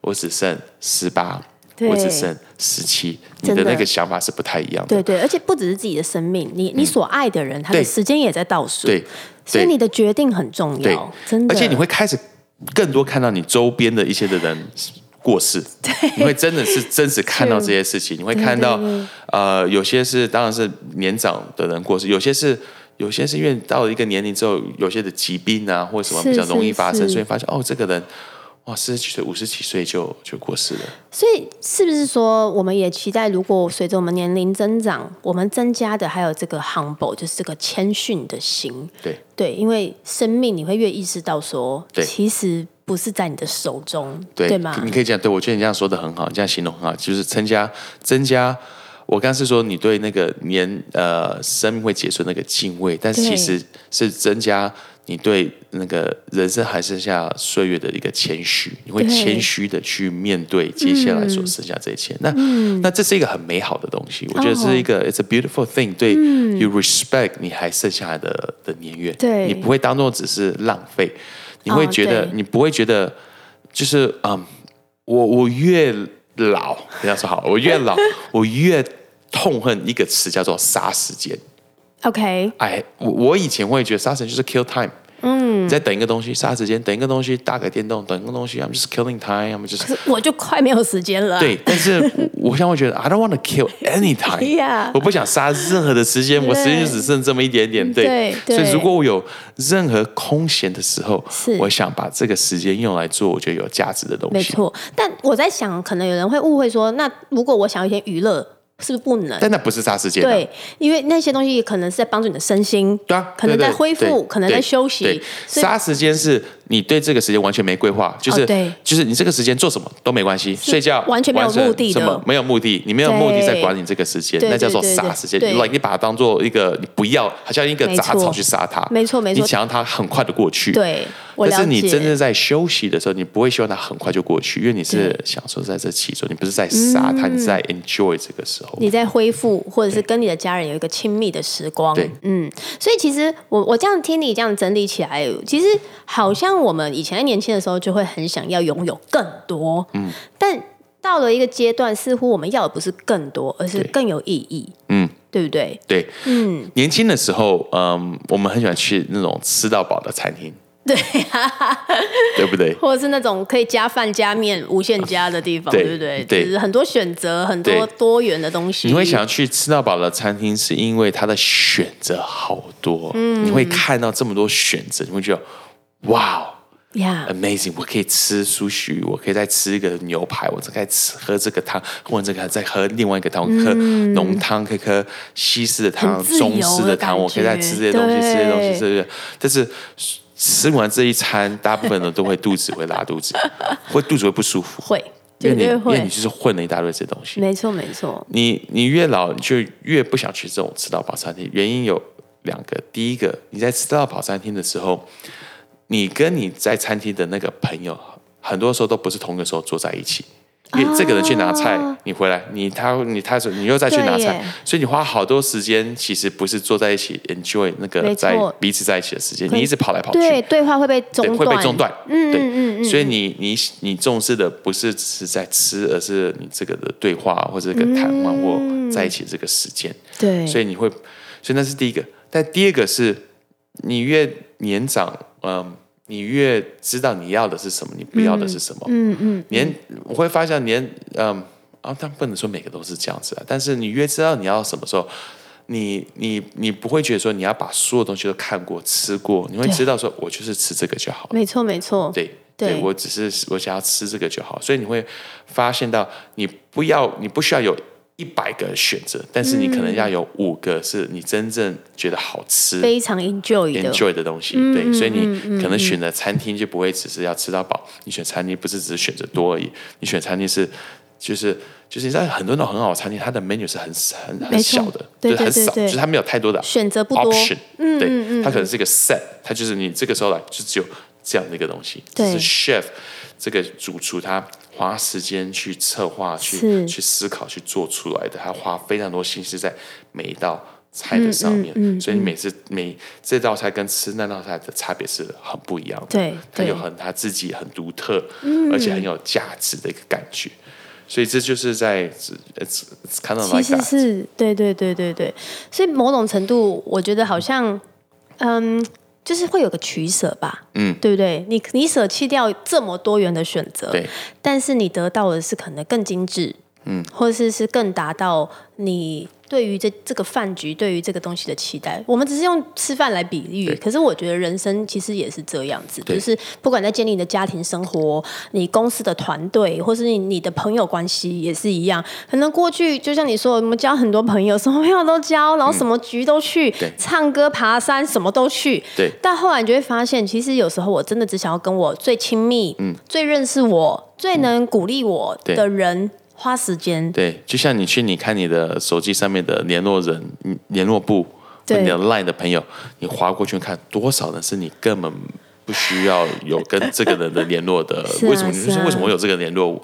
[SPEAKER 2] 我只剩十八，
[SPEAKER 1] 对
[SPEAKER 2] 我只剩十七，你
[SPEAKER 1] 真
[SPEAKER 2] 的
[SPEAKER 1] 的
[SPEAKER 2] 那个想法是不太一样的
[SPEAKER 1] 对。对，而且不只是自己的生命，你你所爱的人，他的
[SPEAKER 2] 嗯对
[SPEAKER 1] 时间也在倒数，
[SPEAKER 2] 对，
[SPEAKER 1] 所以你的决定很重
[SPEAKER 2] 对
[SPEAKER 1] 要，真的，
[SPEAKER 2] 而且你会开始更多看到你周边的一些的人过世，你会真的是真实看到这些事情，你会看到
[SPEAKER 1] 对对对
[SPEAKER 2] 呃，有些是当然是年长的人过世，有些是。有些是因为到了一个年龄之后，有些的疾病啊或者什么
[SPEAKER 1] 是
[SPEAKER 2] 比较容易发生，
[SPEAKER 1] 是是
[SPEAKER 2] 所以发现哦，这个人哇，四十几岁、五十几岁就就过世了。
[SPEAKER 1] 所以是不是说，我们也期待，如果随着我们年龄增长，我们增加的还有这个 humble，就是这个谦逊的心。
[SPEAKER 2] 对
[SPEAKER 1] 对，因为生命你会越意识到说，
[SPEAKER 2] 对
[SPEAKER 1] 其实不是在你的手中，
[SPEAKER 2] 对，
[SPEAKER 1] 吗？
[SPEAKER 2] 你可以这样，对我觉得你这样说的很好，你这样形容很好，就是增加增加。我刚是说你对那个年呃生命会结束那个敬畏，但是
[SPEAKER 1] 对
[SPEAKER 2] 其实是增加你对那个人生还剩下岁月的一个谦虚，你会
[SPEAKER 1] 对
[SPEAKER 2] 谦虚的去面对接下来所剩下这一切。那、
[SPEAKER 1] 嗯
[SPEAKER 2] 那这是一个很美好的东西，我觉得这是一
[SPEAKER 1] 哦
[SPEAKER 2] 个、it's a beautiful thing，对、you respect 你还剩下来的的年月，
[SPEAKER 1] 嗯对
[SPEAKER 2] 你不会当做只是浪费，你会
[SPEAKER 1] 哦
[SPEAKER 2] 觉得、
[SPEAKER 1] 对
[SPEAKER 2] 你不会觉得就是嗯。我我越老，这样说好，我越 老，我越痛恨一个词叫做“杀时间”
[SPEAKER 1] OK，
[SPEAKER 2] 哎，我我以前会觉得杀时间就是 kill time。嗯，你在等一个东西，杀时间，等一个东西，打个电动，等一个东西，I'm just killing time，I'm just
[SPEAKER 1] 可是我就快没有时间了。
[SPEAKER 2] 对，但是我我现在会觉得 I don't want to kill any time，
[SPEAKER 1] Yeah
[SPEAKER 2] 我不想杀任何的时间，我时间就只剩这么一点点，对，
[SPEAKER 1] 对
[SPEAKER 2] 所
[SPEAKER 1] 对
[SPEAKER 2] 以如果我有任何空闲的时候
[SPEAKER 1] 是，
[SPEAKER 2] 我想把这个时间用来做我觉得有价值的东
[SPEAKER 1] 没
[SPEAKER 2] 西，
[SPEAKER 1] 错。但我在想，可能有人会误会说，那如果我想要一些娱乐，是不是不能？
[SPEAKER 2] 但那不是杀时间、啊，
[SPEAKER 1] 对，因为那些东西可能是在帮助你的身心，
[SPEAKER 2] 对啊，
[SPEAKER 1] 可能在
[SPEAKER 2] 对对
[SPEAKER 1] 恢复，
[SPEAKER 2] 对
[SPEAKER 1] 可能在
[SPEAKER 2] 对
[SPEAKER 1] 休息
[SPEAKER 2] 对，
[SPEAKER 1] 所以
[SPEAKER 2] 杀时间是你对这个时间完全没规划，就是、
[SPEAKER 1] 哦对
[SPEAKER 2] 就是你这个时间做什么都没关系，睡觉
[SPEAKER 1] 完全没有
[SPEAKER 2] 玩耍
[SPEAKER 1] 目的的
[SPEAKER 2] 什么没有目的，你没有目的
[SPEAKER 1] 对
[SPEAKER 2] 在管理这个时间
[SPEAKER 1] 对，
[SPEAKER 2] 那叫做
[SPEAKER 1] 对对
[SPEAKER 2] 杀
[SPEAKER 1] 对
[SPEAKER 2] 时间。
[SPEAKER 1] 对
[SPEAKER 2] 你你把它当做一个你不要，好像一个
[SPEAKER 1] 没
[SPEAKER 2] 杂
[SPEAKER 1] 错
[SPEAKER 2] 草去杀它，
[SPEAKER 1] 没错没错
[SPEAKER 2] 你想让它很快的过去，。
[SPEAKER 1] 对，我了解。
[SPEAKER 2] 但是你真正在休息的时候，你不会希望它很快就过去，因为你是
[SPEAKER 1] 对嗯
[SPEAKER 2] 享受在这其中，你不是在杀它，你是在 enjoy 这个时候。
[SPEAKER 1] 你在恢复，或者是跟你的家人有一个亲密的时光。
[SPEAKER 2] 对
[SPEAKER 1] 嗯，所以其实我我这样听你这样整理起来，其实好像我们以前在年轻的时候就会很想要拥有更多，嗯，但到了一个阶段，似乎我们要的不是更多，而是
[SPEAKER 2] 对
[SPEAKER 1] 更有意义，
[SPEAKER 2] 嗯，
[SPEAKER 1] 对不对？
[SPEAKER 2] 对，嗯，年轻的时候，嗯，我们很喜欢去那种吃到饱的餐厅，
[SPEAKER 1] 对
[SPEAKER 2] 对不对？
[SPEAKER 1] 或者是那种可以加饭加面无限加的地方，
[SPEAKER 2] 对
[SPEAKER 1] 对不对？
[SPEAKER 2] 对
[SPEAKER 1] 就是很多选择，很多
[SPEAKER 2] 对
[SPEAKER 1] 多元的东西。
[SPEAKER 2] 你会想要去吃到饱的餐厅，是因为它的选择好多，你会看到这么多选择，你会觉得哇哦
[SPEAKER 1] 呀
[SPEAKER 2] ，amazing！我可以吃苏许，我可以再吃一个牛排，我再可以吃喝这个汤，喝完这个再喝另外一个汤，我可以喝浓汤，可以喝西式的汤
[SPEAKER 1] 很、自由的
[SPEAKER 2] 中式的
[SPEAKER 1] 感
[SPEAKER 2] 汤，
[SPEAKER 1] 觉
[SPEAKER 2] 我可以再吃这些东西、
[SPEAKER 1] 对
[SPEAKER 2] 吃这些东西、吃这些。但是吃完这一餐，大部分人都会肚子会拉肚子，会肚子会不舒服，
[SPEAKER 1] 会绝
[SPEAKER 2] 因为你
[SPEAKER 1] 对
[SPEAKER 2] 因为
[SPEAKER 1] 会
[SPEAKER 2] 你，就是混了一大堆这些东西。
[SPEAKER 1] 没错没错，
[SPEAKER 2] 你你越老，你就越不想去这种吃到饱餐厅。原因有两个，第一个，你在吃到饱餐厅的时候，你跟你在餐厅的那个朋友，很多时候都不是同一个时候坐在一起。因为这个人去拿菜，
[SPEAKER 1] 哦
[SPEAKER 2] 你回来，你他你他你又再去拿
[SPEAKER 1] 对
[SPEAKER 2] 菜
[SPEAKER 1] 耶，
[SPEAKER 2] 所以你花好多时间，其实不是坐在一起 enjoy 那个
[SPEAKER 1] 没错
[SPEAKER 2] 在彼此在一起的时间，
[SPEAKER 1] 以
[SPEAKER 2] 你一直跑来跑去，
[SPEAKER 1] 对，对话会被中
[SPEAKER 2] 对，
[SPEAKER 1] 断，
[SPEAKER 2] 会被中断。
[SPEAKER 1] 嗯
[SPEAKER 2] 对，
[SPEAKER 1] 嗯嗯嗯
[SPEAKER 2] 所以你你你重视的不是只是在吃，而是你这个的对话或者这个谈话或在一起这个时间。
[SPEAKER 1] 嗯对，
[SPEAKER 2] 所
[SPEAKER 1] 以
[SPEAKER 2] 以你会，所以那是第一个。但第二个是，你越年长，嗯、你越知道你要的是什么，你不要的是什么。
[SPEAKER 1] 嗯嗯，
[SPEAKER 2] 年我会发现年，嗯、啊，但不能说每个都是这样子啊。但是你越知道你要什么时候，你你你不会觉得说你要把所有东西都看过、吃过，你会
[SPEAKER 1] 对
[SPEAKER 2] 知道说我就是吃这个就好了。
[SPEAKER 1] 没错没错，
[SPEAKER 2] 对
[SPEAKER 1] 对
[SPEAKER 2] 我只是我想要吃这个就好，所以你会发现到你不要你不需要有一百个选择，但是你可能要有五个是你真正觉得好吃。
[SPEAKER 1] 嗯非嗯常 enjoy 的
[SPEAKER 2] enjoy 的东西，对，所以你
[SPEAKER 1] 嗯
[SPEAKER 2] 可能选的餐厅就不会只是要吃到饱，你选餐厅不是只是选择多而已，你选餐厅是就是就是你知道很多那种很好的餐厅，它的 menu 是很很很
[SPEAKER 1] 没错
[SPEAKER 2] 小的，
[SPEAKER 1] 对
[SPEAKER 2] 就是很
[SPEAKER 1] 对对
[SPEAKER 2] 少，
[SPEAKER 1] 对
[SPEAKER 2] 就是它没有太多的
[SPEAKER 1] 选择不多嗯
[SPEAKER 2] option，对，它可能是一个 set，它就是你这个时候来就只有这样的一个东西，
[SPEAKER 1] 对
[SPEAKER 2] 这是 chef 这个主厨他花时间去策划、去
[SPEAKER 1] 是
[SPEAKER 2] 去思考、去做出来的，他花非常多心思在每一道菜的上
[SPEAKER 1] 嗯
[SPEAKER 2] 面，所以你每次每这道菜跟吃那道菜的差别是很不一样的，
[SPEAKER 1] 对嗯
[SPEAKER 2] 它
[SPEAKER 1] 对
[SPEAKER 2] 有很他自己很独特，而且很有价值的一个感觉。所以这就是在，it's 呃 it's kind of
[SPEAKER 1] 其
[SPEAKER 2] like
[SPEAKER 1] 实
[SPEAKER 2] that。
[SPEAKER 1] 是对对对对对，所以某种程度，我觉得好像，嗯，就是会有个取舍吧，嗯，对不对？你你舍弃掉这么多元的选择，
[SPEAKER 2] 对，
[SPEAKER 1] 但是你得到的是可能更精致，嗯，或是是更达到你对于这这个饭局、对于这个东西的期待。我们只是用吃饭来比喻
[SPEAKER 2] 对，
[SPEAKER 1] 可是我觉得人生其实也是这样子，
[SPEAKER 2] 对
[SPEAKER 1] 就是不管在建立你的家庭生活、你公司的团队，或是你你的朋友关系也是一样。可能过去就像你说，我们交很多朋友，什么朋友都交，然后什么局都去，
[SPEAKER 2] 嗯对
[SPEAKER 1] 唱歌、爬山什么都去，
[SPEAKER 2] 对
[SPEAKER 1] 但后来你就会发现，其实有时候我真的只想要跟我最亲密、最认识我、最能鼓励我
[SPEAKER 2] 嗯对
[SPEAKER 1] 的人花时间。
[SPEAKER 2] 对，就像你去你看你的手机上面的联络人、嗯联络簿，或
[SPEAKER 1] 对？
[SPEAKER 2] 你的 LINE 的朋友，你划过去看多少人是你根本不需要有跟这个人的联络的
[SPEAKER 1] 是啊
[SPEAKER 2] 为什么？你就是
[SPEAKER 1] 啊嗯
[SPEAKER 2] 为什么我有这个联络？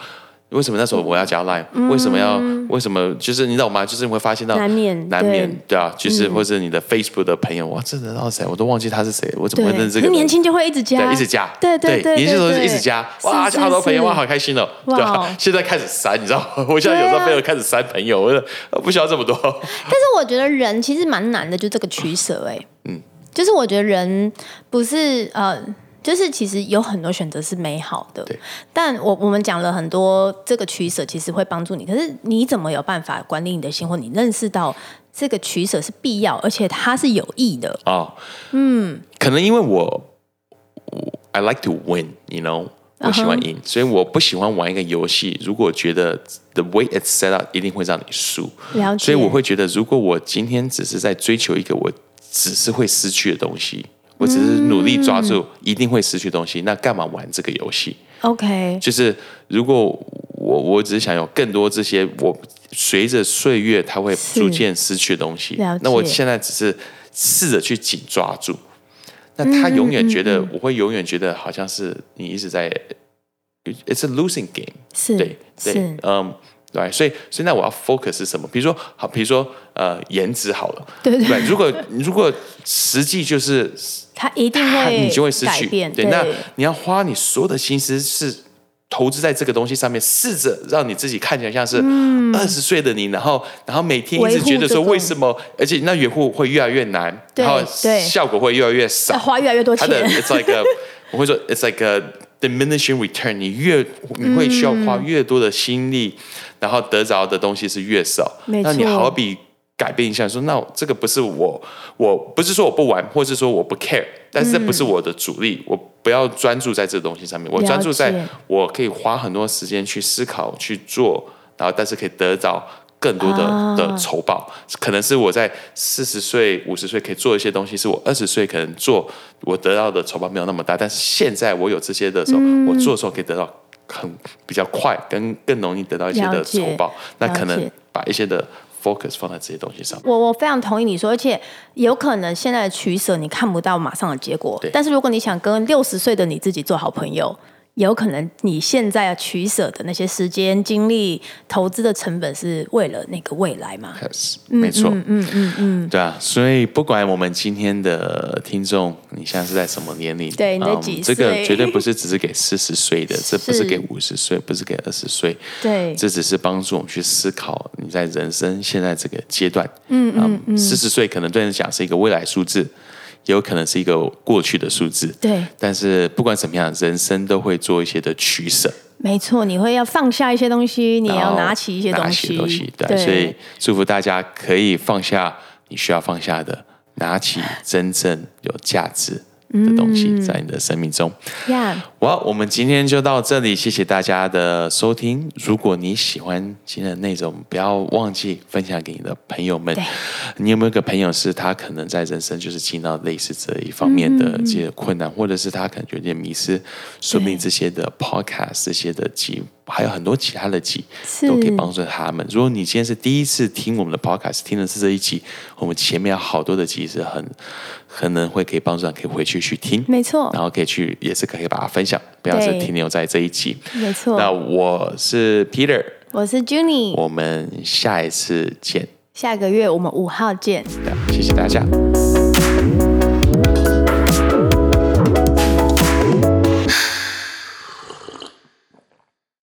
[SPEAKER 2] 为什么那时候我要加 Line？、为什么要？为什么？就是你知道吗？就是你会发现到
[SPEAKER 1] 难免
[SPEAKER 2] 难免对啊，就是、
[SPEAKER 1] 嗯
[SPEAKER 2] 或者你的 Facebook 的朋友，哇，这人到底是谁？我都忘记他是谁，我怎么会认识这
[SPEAKER 1] 可
[SPEAKER 2] 个
[SPEAKER 1] 是
[SPEAKER 2] 人？
[SPEAKER 1] 年轻就会一直加，
[SPEAKER 2] 对，一直加，
[SPEAKER 1] 对对对，
[SPEAKER 2] 年轻时候
[SPEAKER 1] 对
[SPEAKER 2] 是
[SPEAKER 1] 对
[SPEAKER 2] 一直加，
[SPEAKER 1] 是
[SPEAKER 2] 哇，
[SPEAKER 1] 是
[SPEAKER 2] 加好多朋友，
[SPEAKER 1] 是
[SPEAKER 2] 哇，好开心哦，
[SPEAKER 1] 哇啊
[SPEAKER 2] 对吧？现在开始删，你知道吗？ 我现在有时候朋友开始删朋友， 我就呃不需要这么多，
[SPEAKER 1] 但是我觉得人其实蛮难的，就这个取舍哎、嗯，就是我觉得人不是呃，就是其实有很多选择是美好的
[SPEAKER 2] 对，
[SPEAKER 1] 但我我们讲了很多这个取舍，其实会帮助你。可是你怎么有办法管理你的心，或你认识到这个取舍是必要，而且它是有益的？
[SPEAKER 2] 哦，嗯，可能因为我我 I like to win，you know，我喜
[SPEAKER 1] 嗯
[SPEAKER 2] 欢赢所以我不喜欢玩一个游戏。如果觉得 the way it's set up 一定会让你输，
[SPEAKER 1] 了解，
[SPEAKER 2] 所以我会觉得，如果我今天只是在追求一个我只是会失去的东西，我只是努力抓住
[SPEAKER 1] 嗯
[SPEAKER 2] 一定会失去的东西，那干嘛玩这个游戏？
[SPEAKER 1] OK，
[SPEAKER 2] 就是如果我我只是想有更多这些，我随着岁月它会
[SPEAKER 1] 是
[SPEAKER 2] 逐渐失去的东西
[SPEAKER 1] 了解。
[SPEAKER 2] 那我现在只是试着去紧抓住。那他
[SPEAKER 1] 嗯
[SPEAKER 2] 永远觉得，我会永远觉得好像是你一直在，it's a losing game。
[SPEAKER 1] 是，
[SPEAKER 2] 对对
[SPEAKER 1] 是，，
[SPEAKER 2] 嗯，对，所以所以那我要 focus 是什么？比如说好，比如说呃颜值好了，
[SPEAKER 1] 对对
[SPEAKER 2] 对，如果如果实际就是
[SPEAKER 1] 它一定
[SPEAKER 2] 它
[SPEAKER 1] 会
[SPEAKER 2] 你就会失
[SPEAKER 1] 改
[SPEAKER 2] 去。
[SPEAKER 1] 变，
[SPEAKER 2] 对，那你要花你所有的心思是投资在这个东西上面，试着让你自己看起来像是
[SPEAKER 1] 嗯
[SPEAKER 2] 二十岁的你，然后然后每天一
[SPEAKER 1] 维
[SPEAKER 2] 直
[SPEAKER 1] 护
[SPEAKER 2] 觉得
[SPEAKER 1] 这
[SPEAKER 2] 说
[SPEAKER 1] 种
[SPEAKER 2] 为什么，而且那维护会越来越难，
[SPEAKER 1] 对
[SPEAKER 2] 然后
[SPEAKER 1] 对
[SPEAKER 2] 效果会越来越少
[SPEAKER 1] 要，花越来越多
[SPEAKER 2] 它
[SPEAKER 1] 钱，
[SPEAKER 2] 的 it's like a 我会说 it's like a diminishing return，你越你会需要
[SPEAKER 1] 嗯
[SPEAKER 2] 花越多的心力，然后得着的东西是越少。
[SPEAKER 1] 没错
[SPEAKER 2] 那你好比改变一下，说那这个不是我，我不是说我不玩，或是说我不 care，但是这
[SPEAKER 1] 嗯
[SPEAKER 2] 不是我的主力，我不要专注在这个东西上面，我
[SPEAKER 1] 了解
[SPEAKER 2] 专注在我可以花很多时间去思考去做，然后但是可以得到。更多的、
[SPEAKER 1] 啊
[SPEAKER 2] 的酬报，可能是我在四十岁、五十岁可以做一些东西，是我二十岁可能做我得到的酬报没有那么大，但是现在我有这些的时候，
[SPEAKER 1] 嗯
[SPEAKER 2] 我做的时候可以得到很比较快，跟更容易得到一些
[SPEAKER 1] 了
[SPEAKER 2] 的
[SPEAKER 1] 解
[SPEAKER 2] 酬报，那
[SPEAKER 1] 了
[SPEAKER 2] 可能
[SPEAKER 1] 解
[SPEAKER 2] 把一些的 focus 放在这些东西上。
[SPEAKER 1] 我我非常同意你说，而且有可能现在的取舍你看不到马上的结果
[SPEAKER 2] 对，
[SPEAKER 1] 但是如果你想跟六十岁的你自己做好朋友，有可能你现在取舍的那些时间、精力、投资的成本，是为了那个未来嘛？
[SPEAKER 2] Yes，没错，嗯嗯嗯，对啊，所以不管我们今天的听众，你现在是在什么年龄？嗯
[SPEAKER 1] 对你在几
[SPEAKER 2] 这个
[SPEAKER 1] 岁
[SPEAKER 2] 绝对不是只是给四十岁的，这不是
[SPEAKER 1] 是
[SPEAKER 2] 给五十岁，不是给二十岁，
[SPEAKER 1] 对
[SPEAKER 2] 这只是帮助我们去思考你在人生现在这个阶段，嗯嗯嗯，四十岁可能对人讲是一个未来数字，也有可能是一个过去的数字，
[SPEAKER 1] 对
[SPEAKER 2] 但是不管怎么样，人生都会做一些的取舍，
[SPEAKER 1] 没错，你会要放下一些东西，你也
[SPEAKER 2] 然
[SPEAKER 1] 要
[SPEAKER 2] 后
[SPEAKER 1] 拿起一些
[SPEAKER 2] 拿
[SPEAKER 1] 东
[SPEAKER 2] 起
[SPEAKER 1] 西，
[SPEAKER 2] 东西，对，所以祝福大家可以放下你需要放下的，拿起真正有价值的东
[SPEAKER 1] 嗯
[SPEAKER 2] 西在你的生命中。
[SPEAKER 1] 呀
[SPEAKER 2] 哇，我们今天就到这里，谢谢大家的收听。如果你喜欢今天的内容，不要忘记分享给你的朋友们嗯
[SPEAKER 1] 对。
[SPEAKER 2] 你有没有一个朋友是他可能在人生就是经历到类似这一方面的嗯这些困难，或者是他可能有点迷失，说不定这些的 podcast 这些的集，还有很多其他的集
[SPEAKER 1] 是
[SPEAKER 2] 都可以帮助他们。如果你今天是第一次听我们的 podcast，听的是这一集，我们前面有好多的集是很可能会可以帮助你，可以回去去听。
[SPEAKER 1] 没错
[SPEAKER 2] 然后可以去，也是可以把它分享，不要是
[SPEAKER 1] 对
[SPEAKER 2] 停留在这一集。
[SPEAKER 1] 没错
[SPEAKER 2] 那我是 Peter，
[SPEAKER 1] 我是 Junie，
[SPEAKER 2] 我们下一次见，
[SPEAKER 1] 下个月我们五号见。
[SPEAKER 2] 谢谢大家，